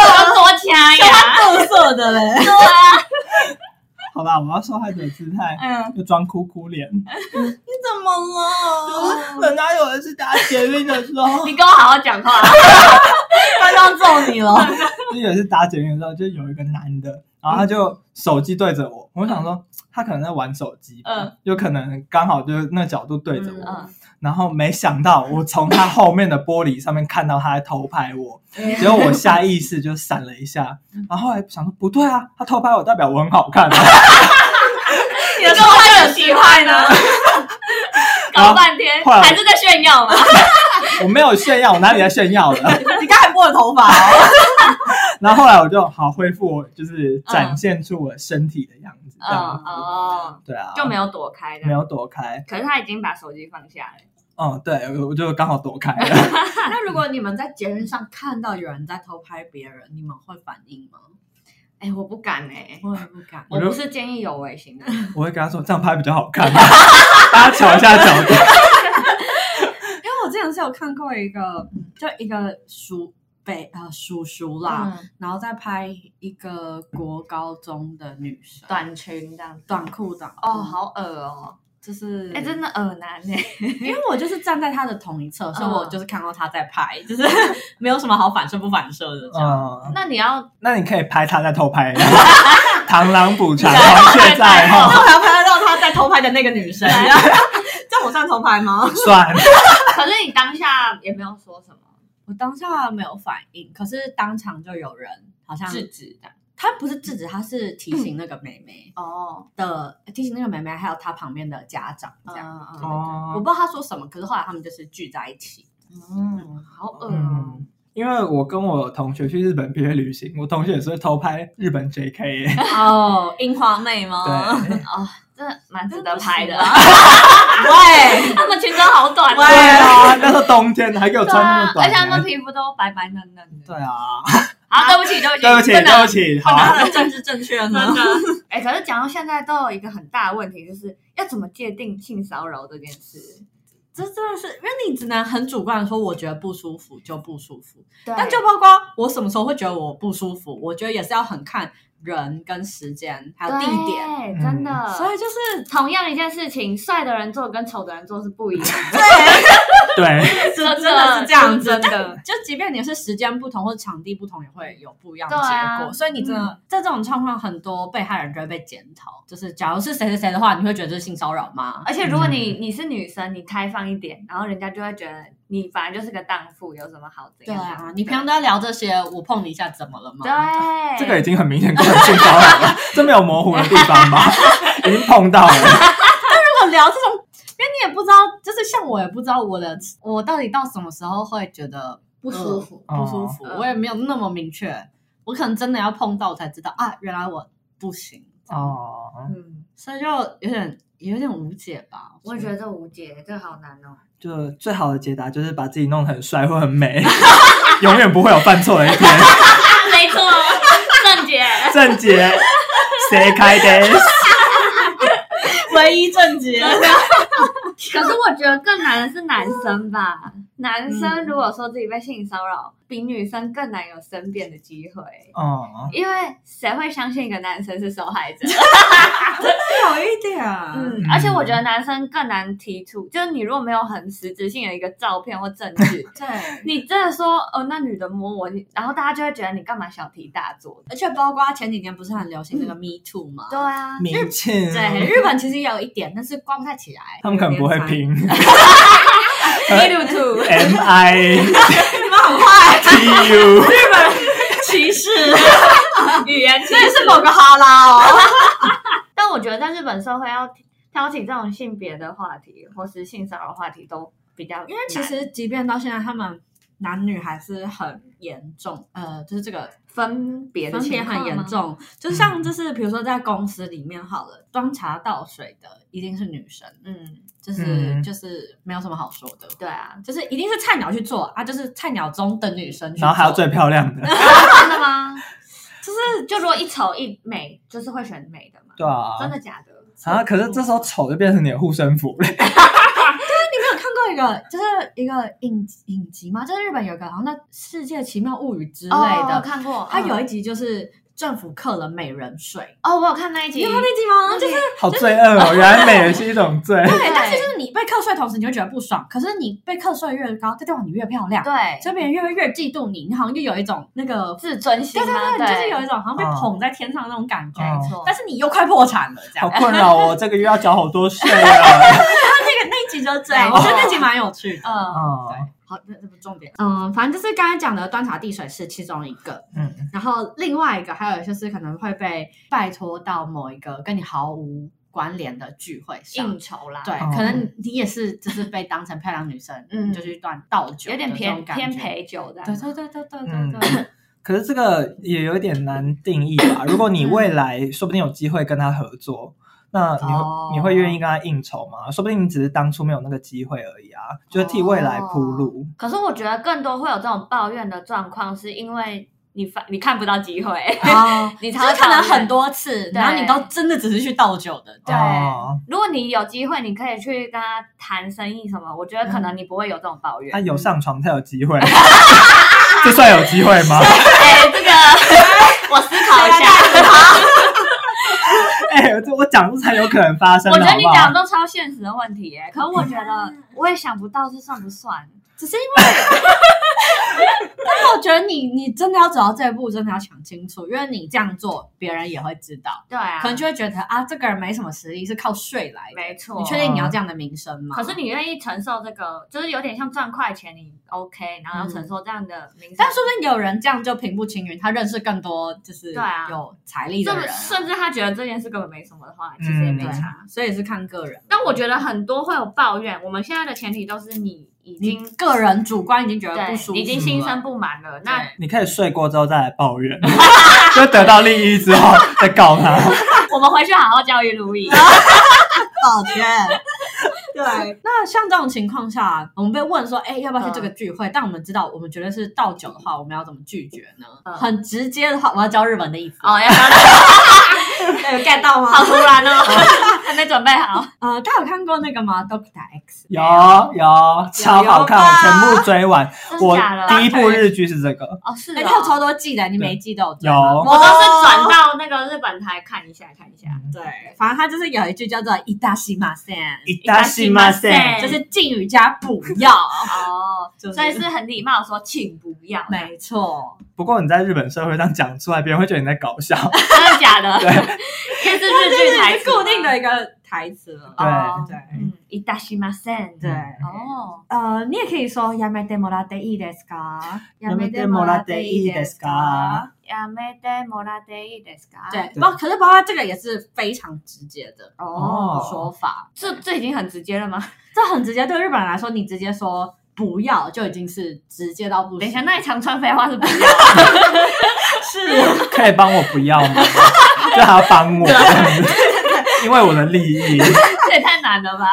Speaker 4: 有多强呀！
Speaker 3: 特色的 嘞。
Speaker 4: 对啊，
Speaker 2: 好吧，我要受害者姿态，
Speaker 4: 嗯，哦
Speaker 2: 就装哭哭脸。
Speaker 3: 你怎么了？
Speaker 2: 本来有人是打捷运的时 候，
Speaker 4: 你跟我好好讲话。
Speaker 3: 他刚揍你了，
Speaker 2: 就有一次打捷运的时候，就有一个男的，然后他就手机对着我，我想说他可能在玩手机，
Speaker 4: 嗯，
Speaker 2: 有可能刚好就是那角度对着我，
Speaker 4: 嗯，
Speaker 2: 然后没想到我从他后面的玻璃上面看到他在偷拍我，结果我下意识就闪了一下，
Speaker 4: 嗯
Speaker 2: 然后后来想说不对啊，他偷拍我代表我很好看啊，
Speaker 4: 你跟我还有奇怪呢？ 搞半天
Speaker 2: 坏了
Speaker 4: 还是在炫耀 吗？
Speaker 2: 我没有炫耀，我哪里在炫耀了？
Speaker 3: 你刚才拨了头发哦。
Speaker 2: 然后后来我就好恢复，我就是展现出我身体的样子，这
Speaker 4: 嗯
Speaker 2: 样子，
Speaker 4: 哦，
Speaker 2: 对啊，
Speaker 4: 就没有躲开的
Speaker 2: 没。有躲开，
Speaker 4: 可是他已经把手机放下了，
Speaker 2: 嗯，对，我我就刚好躲开 了，
Speaker 3: 那如果你们在节日上看到有人在偷拍别人，你们会反应吗？
Speaker 4: 哎，我不敢哎，
Speaker 3: 我也不敢。
Speaker 4: 我
Speaker 2: 我就
Speaker 4: 不是见义勇为型的，
Speaker 2: 我会跟他说这样拍比较好看，大家瞧一下角度，
Speaker 3: 因为我之前是有看过一个，就一个叔北呃叔叔啦，
Speaker 4: 嗯
Speaker 3: 然后再拍一个国高中的女生，
Speaker 4: 短裙这样子。
Speaker 3: 短裤短裤
Speaker 4: 哦，，好恶哦，
Speaker 3: 就是
Speaker 4: 哎，真的恶男哎。
Speaker 3: 因为我就是站在他的同一侧，所以
Speaker 4: 嗯
Speaker 3: 我就是看到他在拍，就是 没有什么好反射不反射的这样。
Speaker 2: 嗯，
Speaker 4: 那你要
Speaker 2: 那你可以拍他在偷拍， 螳螂捕蝉，黄雀在后，
Speaker 4: 哦
Speaker 3: 那我还要拍到他在偷拍的那个女生，这样 这样我算偷拍吗？
Speaker 2: 算，
Speaker 4: 可是你当下也没有说什么
Speaker 3: 我当下没有反应，可是当场就有人好像
Speaker 4: 制止的
Speaker 3: 他不是制止，他是提醒那个妹妹
Speaker 4: 哦，
Speaker 3: 的，提醒那个妹妹还有她旁边的家长这样。
Speaker 4: 嗯嗯
Speaker 2: 哦
Speaker 3: 我不知道他说什么，可是后来他们就是聚在一起。
Speaker 4: 嗯，好恶哦，
Speaker 2: 嗯。因为我跟我同学去日本毕业旅行，我同学也是会偷拍日本 JK，耶
Speaker 3: 哦，樱花妹吗？
Speaker 4: 哦
Speaker 2: 对，
Speaker 4: 真的蛮值得拍的。
Speaker 3: 喂，
Speaker 4: 他们裙子好短哦
Speaker 2: 对啊，那时候冬天还给我
Speaker 4: 哎对
Speaker 2: 穿那
Speaker 4: 啊
Speaker 2: 么，短
Speaker 4: 而且
Speaker 2: 的，
Speaker 4: 他们皮肤都白白嫩嫩的。
Speaker 2: 对啊，
Speaker 4: 好，对不起，对不起，
Speaker 2: 对不起，
Speaker 4: 真的
Speaker 2: 对不起，好，
Speaker 3: 他的政治正确呢？
Speaker 4: 的。 哎、可是讲到现在，都有一个很大的问题，就是要怎么界定性骚扰这件事？
Speaker 3: 这真的是，因为你只能很主观的说，我觉得不舒服就不舒服。
Speaker 4: 对
Speaker 3: 那就包括我什么时候会觉得我不舒服，我觉得也是要很看人跟时间还有地点。
Speaker 2: 嗯
Speaker 4: 对真的。
Speaker 3: 所以就是
Speaker 4: 同样一件事情，帅的人做跟丑的人做是不一样的。
Speaker 2: 对，
Speaker 4: 真的
Speaker 3: 真的是这样子
Speaker 4: 真的
Speaker 3: 但就即便你是时间不同或者场地不同，也会有不一样的结
Speaker 4: 对
Speaker 3: 果。
Speaker 4: 啊
Speaker 3: 所以你真的、在这种状况，很多被害人就会被检讨。就是假如是谁谁谁的话，你会觉得这是性骚扰吗？
Speaker 4: 而且如果你
Speaker 2: 嗯
Speaker 4: 你是女生，你开放一点，然后人家就会觉得你反正就是个荡妇，有什么好怎
Speaker 3: 对
Speaker 4: 样的？
Speaker 3: 啊，你平常都在聊这些，我碰你一下怎么了吗？
Speaker 4: 对
Speaker 2: 这个已经很明显跟性骚扰 了，这没有模糊的地方 吧？已经碰到了，
Speaker 3: 我聊这种，因为你也不知道，就是像我也不知道我的我到底到什么时候会觉得
Speaker 6: 不舒服
Speaker 3: 呃不舒服，
Speaker 4: 哦
Speaker 3: 我也没有那么明确，我可能真的要碰到我才知道啊，原来我不行，
Speaker 2: 哦，
Speaker 4: 嗯，
Speaker 3: 所以就有点有点无解吧。
Speaker 4: 我也觉得这无解，这好难哦。
Speaker 2: 就最好的解答就是把自己弄得很帅或很美， 永远不会有犯错的一天。
Speaker 4: 没错，郑姐，
Speaker 2: 郑杰，谁开的？
Speaker 3: 唯一正 解，
Speaker 4: 可是我觉得更难的是男生吧，男生如果说自己被性骚扰，比女生更难有申辩的机会，
Speaker 2: 哦，
Speaker 4: 因为谁会相信一个男生是受害者？
Speaker 3: 有一点，
Speaker 4: 嗯，而且我觉得男生更难提出，就是你如果没有很实质性的一个照片或证据
Speaker 3: ，对。
Speaker 4: 你真的说哦，那女的摸我，你然后大家就会觉得你干嘛小题大做？
Speaker 3: 而且包括前几年不是很流行那个 Me Too 吗？
Speaker 4: 对啊，
Speaker 2: 明庆，
Speaker 3: 对，日本其实也有一点，但是刮不太起来。
Speaker 2: 他们可能不会
Speaker 3: 有点
Speaker 2: 拼 呃
Speaker 4: 一路吐。
Speaker 2: M I，你们 很坏，T U，
Speaker 3: 歧 视，
Speaker 4: 语言
Speaker 3: 这也是某个哈拉 哦。
Speaker 4: 但我觉得在日本社会要挑起这种性别的话题或是性骚扰话题都比较难，
Speaker 3: 因为其实即便到现在，他们男女还是很严重，呃，就是这个
Speaker 4: 分别的
Speaker 3: 分别
Speaker 4: 情况
Speaker 3: 很严
Speaker 4: 吗。
Speaker 3: 重。就像就是比如说在公司里面好了，端茶倒水的一定是女生，
Speaker 4: 嗯，
Speaker 3: 就是、
Speaker 2: 嗯
Speaker 3: 就是没有什么好说的。
Speaker 4: 对啊，
Speaker 3: 就是一定是菜鸟去做啊，就是菜鸟中的女生去做，
Speaker 2: 然后还有最漂亮的，
Speaker 4: 真的吗？ 就是就如果一丑一美，就是会选美的嘛？
Speaker 2: 对啊，
Speaker 4: 真的假的？
Speaker 2: 啊，可是这时候丑就变成你的护身符了，
Speaker 3: 我看过一个，就是一个影影集嘛，就是日本有个好像叫《世界奇妙物语》之类
Speaker 4: 哦
Speaker 3: 的，
Speaker 4: 看过。
Speaker 3: 它有
Speaker 4: 嗯
Speaker 3: 一集就是政府刻了美人水，
Speaker 4: 哦，我有看那一集，
Speaker 3: 你有看那集吗？就是
Speaker 2: 好罪恶哦，原来美也是一种罪，
Speaker 3: 对，但是就是你被课税，同时你会觉得不爽。可是你被课税越高，这代表你越漂亮，
Speaker 4: 对
Speaker 3: 所以别人越会越嫉妒你，你好像就有一种那个，
Speaker 4: 自尊心
Speaker 3: 对
Speaker 4: 嘛，
Speaker 3: 对对，就是有一
Speaker 4: 一
Speaker 3: 种好像被捧在天上那种感觉。
Speaker 2: 嗯
Speaker 3: 但是你又快破产了，这
Speaker 2: 好
Speaker 3: 样。
Speaker 2: 困扰哦，这个月要缴好多税 啊，
Speaker 3: 那个那一集就是这
Speaker 4: 对
Speaker 3: 样，我觉得那集蛮有趣的。
Speaker 4: 嗯，
Speaker 2: 哦，
Speaker 3: 好，那这不重点。嗯，反正就是刚才讲的端茶递水是其中一个，
Speaker 2: 嗯，
Speaker 3: 然后另外一个还有就是可能会被拜托到某一个跟你毫无关联的聚会上
Speaker 4: 应。酬啦，
Speaker 3: 对，
Speaker 2: 哦
Speaker 3: 可能你也是，就是被当成漂亮女生，
Speaker 4: 嗯
Speaker 3: 就去断倒酒，
Speaker 4: 有点偏偏
Speaker 3: 陪。
Speaker 4: 陪酒的，
Speaker 3: 对对对对对
Speaker 2: 嗯
Speaker 3: 对 对，
Speaker 2: 可是这个也有点难定义吧？如果你未来说不定有机会跟他合作，那你会、
Speaker 3: 哦
Speaker 2: 你会愿意跟他应酬吗？说不定你只是当初没有那个机会而已啊，就是替未来铺路。
Speaker 4: 可是我觉得更多会有这种抱怨的状况，是因为你发你看不到机会，
Speaker 3: 哦，
Speaker 4: 你才
Speaker 3: 就是
Speaker 4: 会
Speaker 3: 可能
Speaker 4: 抱怨
Speaker 3: 很。多次，然后你都真的只是去倒酒的，
Speaker 4: 对
Speaker 2: 哦，
Speaker 4: 如果你有机会，你可以去跟他谈生意什么，我觉得
Speaker 3: 嗯
Speaker 4: 可能你不会有这种抱怨。
Speaker 2: 他、啊有上床才有机 会，这算有机会吗？
Speaker 4: 哎，这个我思考一下，
Speaker 2: 哎、这我讲这才有可能发生
Speaker 4: 我
Speaker 2: 的，
Speaker 4: 觉
Speaker 2: 好
Speaker 4: 得你
Speaker 2: 不
Speaker 4: 讲
Speaker 2: 好？
Speaker 4: 的都超现实的问题耶。可
Speaker 3: 嗯
Speaker 4: 我觉得我也想不到这算不算。
Speaker 3: 只是因为。 但是我觉得你你真的要走到这一步，真的要想清楚，因为你这样做，别人也会知道，
Speaker 4: 对啊，
Speaker 3: 可能就会觉得啊，这个人没什么实力，是靠税来的。
Speaker 4: 没错。
Speaker 3: 你确定你要这样的名声吗？
Speaker 4: 可是你愿意承受这个，就是有点像赚快钱，你 OK，然后要承受这样的名声，
Speaker 3: 嗯但说不定有人这样就平步青云，他认识更多就是
Speaker 4: 对啊
Speaker 3: 有财力的
Speaker 4: 甚
Speaker 3: 人
Speaker 4: 至
Speaker 3: 啊，
Speaker 4: 甚至他觉得这件事根本没什么的话，其实也没
Speaker 3: 对
Speaker 4: 差。
Speaker 3: 啊，所以也是看个人。
Speaker 4: 但我觉得很多会有抱怨，我们现在的前提都是你已
Speaker 3: 你
Speaker 4: 经
Speaker 3: 个人主观已经觉得不
Speaker 4: 对
Speaker 3: 舒服了，
Speaker 4: 已经心生不满了，那
Speaker 3: 对
Speaker 2: 你可以睡过之后再来抱 怨，就得到利益之后再告他。
Speaker 4: 我们回去好好教育路易。
Speaker 3: 抱歉。
Speaker 4: 对，
Speaker 3: 对，那像这种情况下，我们被问说，哎、要不要去这个聚会？但我们知道，我们觉得是倒酒的话，我们要怎么拒绝呢？
Speaker 4: 嗯
Speaker 3: 很直接的话，我要教日本的 意思。
Speaker 4: 哦，要不 要？
Speaker 3: 有 get 到吗？
Speaker 4: 好突然哦，还没准备 好。
Speaker 3: 呃，大家有看过那个吗？Doctor X 哎
Speaker 2: 有有超好看，我全部追完。我
Speaker 4: 真假的
Speaker 2: 第一部日剧是这 个，
Speaker 4: 哦，是
Speaker 3: 哎、
Speaker 4: 哦
Speaker 3: 它有超多季的，你每一季都有追
Speaker 2: 有
Speaker 3: 吗
Speaker 4: 我都是转 到那个日本台看一下看一下。
Speaker 3: 对，反正它就是有一句叫做“伊达西马森
Speaker 2: 伊达西马森，
Speaker 4: 嗯
Speaker 3: 就是敬语加不要。
Speaker 4: 哦，
Speaker 3: 就是
Speaker 4: 所以是很礼貌地说，请不要。
Speaker 3: 没错，
Speaker 2: 不过你在日本社会上讲出来，别人会觉得你在 搞笑。
Speaker 4: 真的假的？这是日剧台
Speaker 3: 这
Speaker 4: 词
Speaker 3: 是
Speaker 4: 吗
Speaker 3: 固定的一个台词了。
Speaker 2: 对
Speaker 4: 哦
Speaker 3: 对
Speaker 4: 嗯，いたしません。
Speaker 3: 对，
Speaker 4: 哦，
Speaker 3: 呃，你也可以说 “yamete morate i d e s ka”。
Speaker 2: Yamete morate ii desu ka
Speaker 4: やめてもらっていいですか？
Speaker 3: 对，包可是包括这个也是非常直接的
Speaker 2: 哦
Speaker 3: 说法，
Speaker 4: 这这已经很直接了吗？
Speaker 3: 这很直接。对日本人来说，你直接说不要就已经是直接到不
Speaker 4: 等一
Speaker 3: 行
Speaker 4: 下，。那一长川废话是不要，
Speaker 3: 是，
Speaker 2: 可以帮我不要吗？ 就还要帮我，因为我的利 益。
Speaker 4: 这也太难了吧？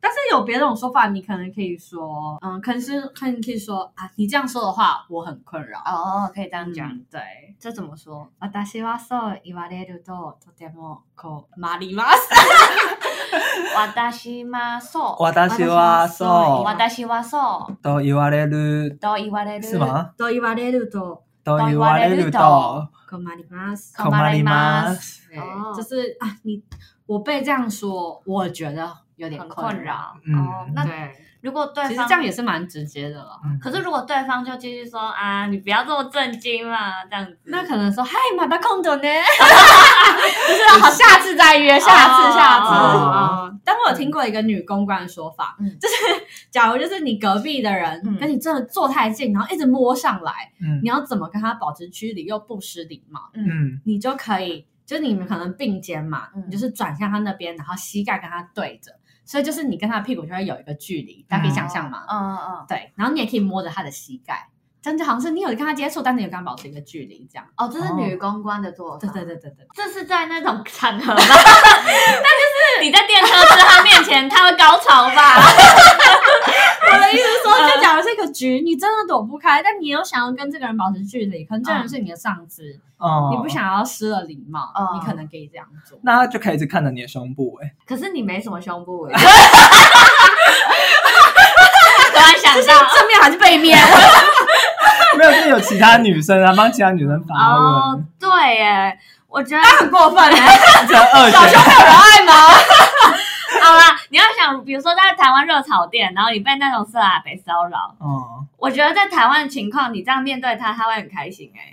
Speaker 3: 但是有别种说法，你可能可以说，嗯，可能是，可能可以说啊，你这样说的话，我很困扰。
Speaker 4: 哦，可以这样
Speaker 3: 嗯这
Speaker 4: 讲，
Speaker 3: 样对，
Speaker 4: 这怎么说？
Speaker 3: 私はそう言われるととてもこう麻ります。
Speaker 4: 私はそう。
Speaker 2: 私はそう
Speaker 4: 私はそう。
Speaker 2: と言われ
Speaker 3: 嗯
Speaker 2: る
Speaker 4: と言われる。
Speaker 2: 是吗？
Speaker 3: と言われると
Speaker 2: と言われると
Speaker 3: こう麻ります。
Speaker 2: 困ります。
Speaker 3: 对
Speaker 4: 哦
Speaker 3: 就是啊，你我被这样说，我觉得有点
Speaker 4: 很困
Speaker 3: 扰。
Speaker 4: 扰。
Speaker 2: 嗯
Speaker 4: 哦，那
Speaker 3: 对，
Speaker 4: 如果对
Speaker 3: 其实
Speaker 4: 方
Speaker 3: 这样也是蛮直接的了。
Speaker 2: 嗯
Speaker 4: 可是如果对方就继续说啊，你不要这么震惊嘛，这样子。
Speaker 3: 那可能说嗨，马达空的呢， 就是好，下次再约，下次，下次。
Speaker 4: 哦哦
Speaker 3: 但我有听过一个女公关的说法，
Speaker 4: 嗯
Speaker 3: 就是假如就是你隔壁的人、
Speaker 4: 嗯
Speaker 3: 跟你真的坐太近，然后一直摸上来，
Speaker 2: 嗯
Speaker 3: 你要怎么跟他保持距离又不失礼貌？
Speaker 2: 嗯
Speaker 3: 你就可以，就是你们可能并肩嘛，
Speaker 4: 嗯
Speaker 3: 你就是转向他那边，然后膝盖跟他对着，所以就是你跟他的屁股就会有一个距离，大家可以想象嘛。
Speaker 4: 嗯嗯
Speaker 3: 对，然后你也可以摸着他的膝盖，这样就好像是你有跟他接触，但是你有跟他保持一个距离，这样。
Speaker 4: 哦，这是女公关的做法。
Speaker 3: 对对对对对，
Speaker 4: 这是在那种场合吧？ 那就是你在电车痴汉面前，他会高潮吧？
Speaker 3: 我的意思是说，就假如这个局你真的躲不开，但你又想要跟这个人保持距离，可能这个人是你的上司，
Speaker 2: 哦
Speaker 3: 你不想要失了礼貌，
Speaker 4: 嗯
Speaker 3: 你可能可以这样做。
Speaker 2: 那他就可以一直看着你的胸部哎、
Speaker 4: 可是你没什么胸部 哎。突然想到，
Speaker 3: 正面还是 背面？
Speaker 2: 没有，就是有其他女生啊，帮其他女生发
Speaker 4: 哦
Speaker 2: 问，，
Speaker 4: 对耶，我觉得
Speaker 3: 很过分哎、
Speaker 2: 这二
Speaker 3: 小
Speaker 2: 选
Speaker 3: 胸有人爱吗？
Speaker 4: 好啦，你要想，比如说在台湾热炒店，然后你被那种色阿北骚扰，
Speaker 2: 哦，
Speaker 4: 我觉得在台湾的情况，你这样面对他，他会很开心哎、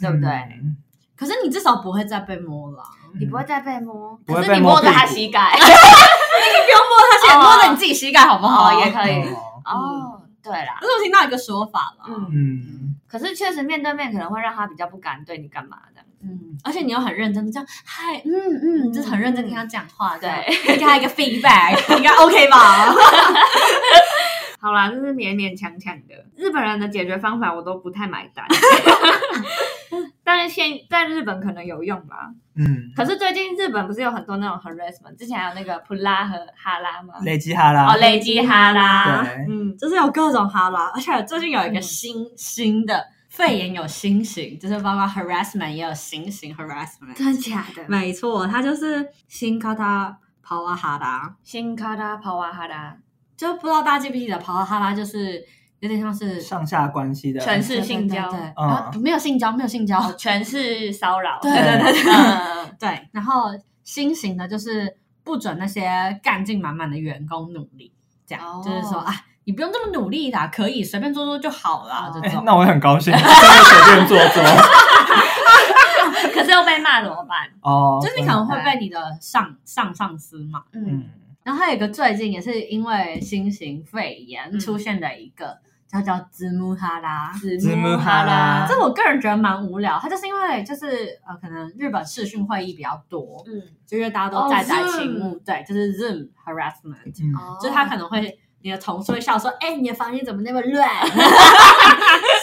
Speaker 4: 对不对？
Speaker 2: 嗯
Speaker 3: 可是你至少不会再被摸了，啊
Speaker 4: 你不会再被摸，
Speaker 2: 不
Speaker 4: 可
Speaker 2: 会
Speaker 4: 是
Speaker 2: 被
Speaker 4: 你
Speaker 2: 摸
Speaker 4: 摸着
Speaker 2: 屁股
Speaker 4: 他膝 盖，
Speaker 3: 不用摸他
Speaker 4: 哦
Speaker 3: 自己膝盖好不
Speaker 4: 哦，也
Speaker 3: 也可
Speaker 4: 可以。
Speaker 2: 哦
Speaker 4: 哦，对啦
Speaker 3: 可，是我听到一个说法了，
Speaker 4: 嗯，
Speaker 2: 嗯，
Speaker 4: 可是确实面对面可能会让他比较不敢对你干嘛这样子。
Speaker 3: 嗯，而且你又很认真的这样，嗨，嗯嗯，就是很认真地跟他讲话，这样
Speaker 4: 对，
Speaker 3: 你给他一个 feedback，应该 OK 吧？
Speaker 4: 好啦，这是勉勉强强的。日本人的解决方法我都不太买单， 但是现在日本可能有用吧。
Speaker 2: 嗯，
Speaker 4: 可是最近日本不是有很多那种 harassment，之前还有那个普拉和哈拉吗？
Speaker 2: 累积哈
Speaker 4: 哦，
Speaker 2: 啦，
Speaker 4: 累积哈拉，
Speaker 2: 对
Speaker 4: 嗯，
Speaker 3: 就是有各种哈拉，而且最近有一个新、新的肺炎有新型，就是包括 harassment 也有新型 harassment。
Speaker 4: 真假的？
Speaker 3: 没错，它就是新卡塔跑哇哈拉，
Speaker 4: 新卡拉跑哇哈拉，
Speaker 3: 就不知道大家记不记得跑哇啊哈拉就是有点像是
Speaker 2: 上下关系的，
Speaker 4: 全是性交，
Speaker 3: 对对对
Speaker 2: 嗯
Speaker 3: 啊，没有性交，没有性交，
Speaker 4: 哦，全是骚扰，
Speaker 3: 对
Speaker 2: 对对
Speaker 4: 对，嗯
Speaker 3: 对，然后新型的就是不准那些干劲满满的员工努力，这样、
Speaker 4: 哦
Speaker 3: 就是说啊，你不用这么努力啦，可以随便做做就好啦，
Speaker 4: 哦
Speaker 3: 这
Speaker 2: 哎、
Speaker 3: 种。
Speaker 2: 那我也很高兴， 真的随便做做
Speaker 4: 可是又被骂怎么办？
Speaker 2: 哦，
Speaker 3: 就是你可能会被你的上上上司嘛，
Speaker 4: 嗯，
Speaker 2: 嗯，
Speaker 3: 然后还有一个最近也是因为新型肺炎
Speaker 4: 嗯
Speaker 3: 出现的一个，叫叫子木哈拉，
Speaker 2: 子母嗯哈拉
Speaker 3: 这我个人觉得蛮无聊，它就是因为就是呃，可能日本视讯会议比较多，
Speaker 4: 嗯，
Speaker 3: 就因为大家
Speaker 4: 哦
Speaker 3: 都在在
Speaker 4: ，Zoom
Speaker 3: 屏幕，对，就是 Zoom harassment，
Speaker 2: 嗯
Speaker 4: 哦
Speaker 3: 就是他可能会你的同事会笑说：“哎、你的房间怎么那么乱？”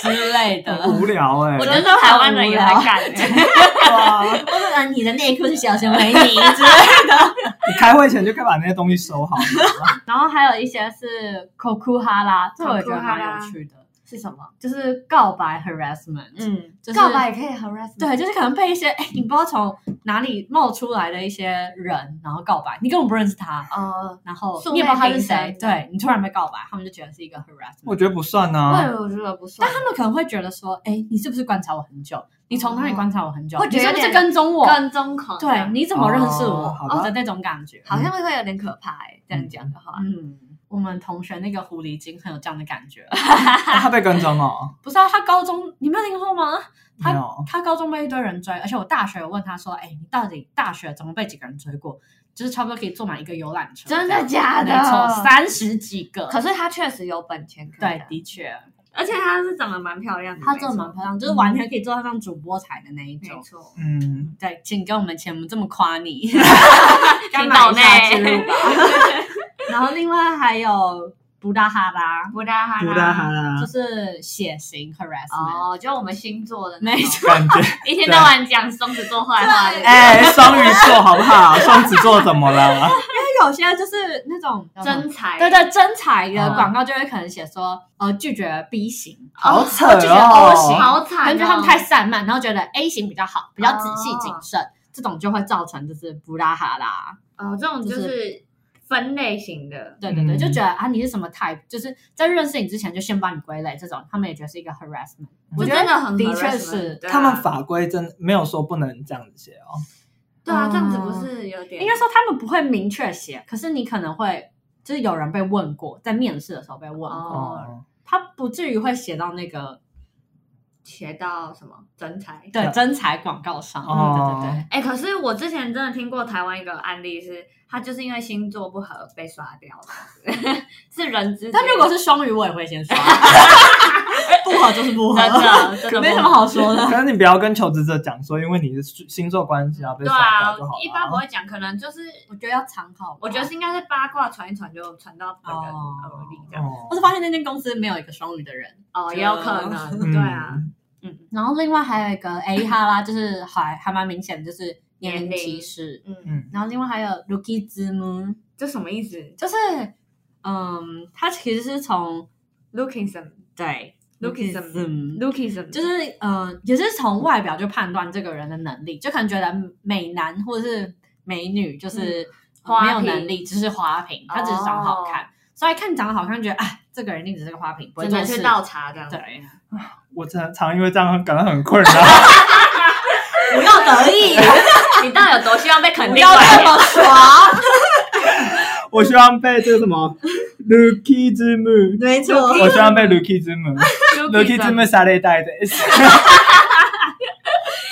Speaker 3: 之类的。
Speaker 2: 很无聊哎、
Speaker 4: 嗯我
Speaker 2: 欸，
Speaker 4: 觉得台湾人也在干、欸，
Speaker 2: 哇！
Speaker 3: 或者啊你的内裤是小熊维尼之
Speaker 2: 你开会前就该把那些东西收好。
Speaker 3: 然后还有一些是 k o k u h a r a 这我也觉得蛮有趣的，
Speaker 4: 是什么？
Speaker 3: 就是告白 harassment，、
Speaker 4: 嗯，
Speaker 3: 就是
Speaker 4: 告白也可以 harass，
Speaker 3: 对，就是可能被一些哎、你不知道从哪里冒出来的一些人，然后告白，你根本不认识他，
Speaker 4: 呃，
Speaker 3: 然后
Speaker 4: 素
Speaker 3: 你也不知道他是
Speaker 4: 昧平
Speaker 3: 谁
Speaker 4: 生，
Speaker 3: 对你突然被告白，他们就觉得是一个 harassment。
Speaker 2: 我觉得不算啊呢、
Speaker 4: 我也我觉得不算
Speaker 3: 啊但，他们可能会觉得说，哎、你是不是观察我很久？你从哪里观察我很久？
Speaker 4: 会
Speaker 3: 你
Speaker 4: 觉得
Speaker 3: 是
Speaker 4: 有
Speaker 3: 不是
Speaker 4: 点
Speaker 3: 跟踪我？
Speaker 4: 跟踪狂，啊
Speaker 3: 对，你怎么认识
Speaker 2: 哦
Speaker 3: 我
Speaker 2: 好吧
Speaker 3: 的那种感觉？
Speaker 4: 好像会有点可怕哎，这样讲的话，
Speaker 3: 嗯，我们同学那个狐狸精很有这样的感觉。
Speaker 2: 啊他被跟踪哦，
Speaker 3: 不是啊，他高中你没有听说吗？
Speaker 2: 没有。
Speaker 3: 他高中被一堆人追，而且我大学有问他说：“哎、你到底大学怎么被几个人追过？就是差不多可以坐满一个游览车，
Speaker 4: 真的假的
Speaker 3: 没错，三十几个。
Speaker 4: 可是他确实有本钱可以
Speaker 3: 对
Speaker 4: 的，，
Speaker 3: 的确，
Speaker 4: 而且他是长得蛮漂亮的，
Speaker 3: 他真的蛮漂亮，就是完全可以坐得上主播台的那一
Speaker 4: 没错
Speaker 3: 种
Speaker 4: 没。错，
Speaker 2: 嗯，
Speaker 3: 对，请给我们钱，我们这么夸你，
Speaker 4: 请
Speaker 3: 买
Speaker 4: 抖
Speaker 3: 一下
Speaker 4: 内
Speaker 3: 之路 吧。然后另外还有布达哈拉，
Speaker 4: 布达哈
Speaker 2: 布达哈
Speaker 4: 拉。
Speaker 2: 拉
Speaker 3: 就，是血型 harassment，、
Speaker 4: 哦，就我们星座的，
Speaker 3: 没
Speaker 4: 错，
Speaker 2: 感觉
Speaker 4: 一天到晚讲双子座坏话的，
Speaker 2: 哎，双鱼座好不好？双子座怎么了？
Speaker 3: 因为有些就是那种
Speaker 4: 真才，
Speaker 3: 对对，真彩的
Speaker 2: 嗯
Speaker 3: 广告就会可能写说，呃，拒绝 B 型，哦
Speaker 2: 好扯
Speaker 3: 拒绝 O 型，
Speaker 2: 哦！
Speaker 4: 好惨哦
Speaker 3: 感觉他们太散漫，然后觉得 A 型比较好，比较仔细
Speaker 4: 哦
Speaker 3: 谨慎，这种就会造成就是布拉哈拉，
Speaker 4: 哦，这种就
Speaker 3: 就是
Speaker 4: 分类型的，
Speaker 3: 对对对，
Speaker 2: 嗯
Speaker 3: 就觉得啊你是什么 type，就是在认识你之前就先把你归类，这种他们也觉得是一个 harassment，我觉
Speaker 4: 这真的
Speaker 3: 得
Speaker 4: 很
Speaker 3: 的确
Speaker 4: harassment，
Speaker 3: 是
Speaker 4: 对啊
Speaker 2: 他们法规真没有说不能这样子写哦。
Speaker 4: 对啊，
Speaker 3: 嗯
Speaker 4: 这样子不是有点
Speaker 3: 应该说他们不会明确写，可是你可能会就是有人被问过，在面试的时候被问过，
Speaker 2: 哦，
Speaker 3: 他不至于会写到那个
Speaker 4: 学到什么真才？
Speaker 3: 对
Speaker 2: 对
Speaker 3: 真彩广告上，嗯对
Speaker 2: 哦
Speaker 3: 对对。
Speaker 4: 哎、可是我之前真的听过台湾一个案例是，他就是因为星座不合被刷掉了，是 人之间。
Speaker 3: 但如果是双鱼，我也会先刷，不合就是不合，
Speaker 4: 真 的真的不合
Speaker 3: 没什么好说 的。
Speaker 2: 可是你不要跟求职者讲说，因为你是星座关系啊，被
Speaker 4: 对
Speaker 2: 刷
Speaker 4: 啊
Speaker 2: 掉就好，
Speaker 4: 一般不
Speaker 2: 了。
Speaker 4: 会讲，可能就是
Speaker 3: 我觉得要藏好吧，
Speaker 4: 我觉得是应该是八卦传一传就传到本人
Speaker 3: 哦
Speaker 4: 耳里这样。
Speaker 2: 哦
Speaker 3: 我是发现那间公司没有一个双鱼的人。
Speaker 4: 哦，也有可能，
Speaker 2: 嗯
Speaker 4: 对啊，
Speaker 3: 嗯，然后另外还有一个 A 哈啦，就是还还蛮明显的，就是年龄歧视。
Speaker 4: 嗯，
Speaker 2: 嗯，
Speaker 3: 然后另外还有 Lucky 之 m
Speaker 4: 这什么意思
Speaker 3: 就是嗯，它其实是从
Speaker 4: ？Lookism，Lookism，Lookism，
Speaker 3: 对 Lookism 就
Speaker 4: 就是
Speaker 3: 是呃，也是从外表就判断这个人的能力，就可能觉得美男或者是美女就是、呃
Speaker 4: 花
Speaker 3: 没有
Speaker 4: 瓶
Speaker 3: 能力，只是花瓶，他只是长得好看，
Speaker 4: 哦
Speaker 3: 所以看你长得好看，觉得哎，这个人一定只是个花瓶，不会
Speaker 4: 只
Speaker 3: 做
Speaker 4: 能
Speaker 3: 事
Speaker 4: 去。倒茶这样。
Speaker 3: 对，
Speaker 2: 我常常因为这样感到很困扰。
Speaker 3: 不要得意，
Speaker 4: 你到底有多希望被肯
Speaker 3: 不
Speaker 4: 定
Speaker 3: 要
Speaker 4: 外
Speaker 3: 这
Speaker 4: 表？
Speaker 3: 么爽，
Speaker 2: 我希望被这个什么 Lucky 之母，
Speaker 3: 没错
Speaker 2: 我希望被 Lucky 之母，Lucky 之母啥类带的？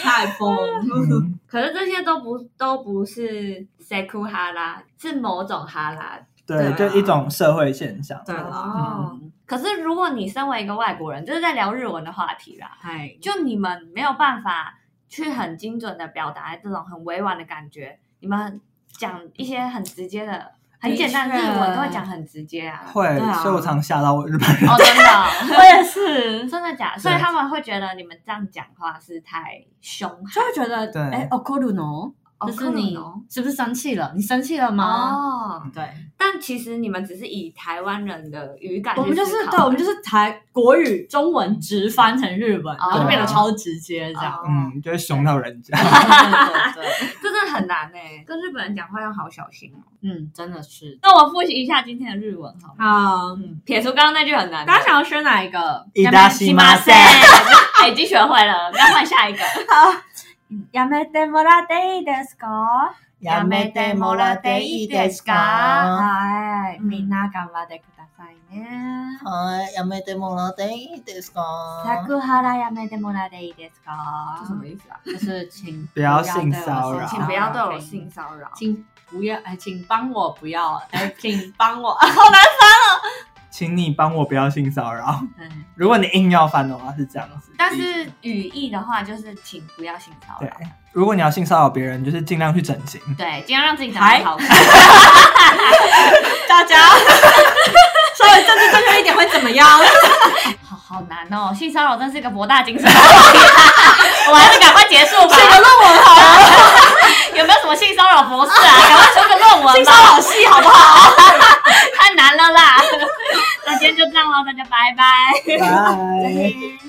Speaker 3: 太疯了。
Speaker 2: 嗯
Speaker 4: 可是这些都不都不是 seku 哈拉，是某种哈拉。
Speaker 2: 对，
Speaker 4: 对啊
Speaker 2: 就一种社会现象。
Speaker 3: 对了，
Speaker 4: 哦
Speaker 2: 嗯
Speaker 4: 可是如果你身为一个外国人，就是在聊日文的话题啦，
Speaker 3: 哎，
Speaker 4: 就你们没有办法去很精准的表达这种很委婉的感觉，你们讲一些很直接的。啊很简单，
Speaker 3: 的确
Speaker 4: 日文都会讲很直接啊。
Speaker 2: 嗯会
Speaker 3: 对，啊
Speaker 2: 所以我常吓到我日本人。
Speaker 4: 哦，真的，哦
Speaker 3: 我 也是，
Speaker 4: 真的假的？所以他们会觉得你们这样讲话是太凶悍。
Speaker 3: 就会觉得
Speaker 2: 对
Speaker 3: 哎，okuru no，就是你
Speaker 4: 哦
Speaker 3: 是不是生气了？你生气了吗？
Speaker 4: 哦，
Speaker 3: 对，
Speaker 4: 但其实你们只是以台湾人的语感去
Speaker 3: 我们就是
Speaker 4: 思考
Speaker 3: 对，我们就是台国语中文直翻成日文，然后就变得
Speaker 4: 哦
Speaker 3: 超直接这样。
Speaker 4: 哦
Speaker 2: 嗯，就会凶到人家。
Speaker 3: 对对对，
Speaker 4: 这真的很难哎、 跟日本人讲话要好小心哦。
Speaker 3: 嗯，真的是。
Speaker 4: 那我复习一下今天的日文好吗？
Speaker 3: 好，
Speaker 4: 撇除刚刚那句很难的，
Speaker 3: 大家想要选哪一个？
Speaker 2: 伊达西马塞，
Speaker 4: 哎已经学会了，要换下一 个。
Speaker 3: やめてもらっていいですか？
Speaker 4: やめてもらっていいですか
Speaker 3: はい、
Speaker 4: うん
Speaker 3: みんな頑張ってくださいね。
Speaker 1: はい、やめてもらっていいですか
Speaker 3: 作原やめてもらっていいですか
Speaker 4: 这？什么意思啊？
Speaker 3: 就是请
Speaker 2: 不要
Speaker 3: 对我
Speaker 2: 性骚扰
Speaker 4: 请不要对我性骚扰。
Speaker 3: 请不要，哎，请帮我不要， 哎，请帮我，
Speaker 2: 请你帮我不要性骚扰。
Speaker 3: 嗯，
Speaker 2: 如果你硬要翻的话是这样子，
Speaker 4: 但是语义的话，就是请不要性骚
Speaker 2: 对
Speaker 4: 扰。，
Speaker 2: 如果你要性骚扰别人，就是尽量去整形。
Speaker 4: 对，尽量让自己长得好看。
Speaker 3: 大家 稍微政治正确一点会怎 么样？
Speaker 4: 好好难哦，性骚扰真是一个博大精深的话题，啊 我还是赶快结束吧。写个论文好了， 有没有什么性骚扰博士啊？赶快出个论文吧。性骚扰系好不好？太难了啦。那今天就这样喽，大家拜拜。
Speaker 2: 拜。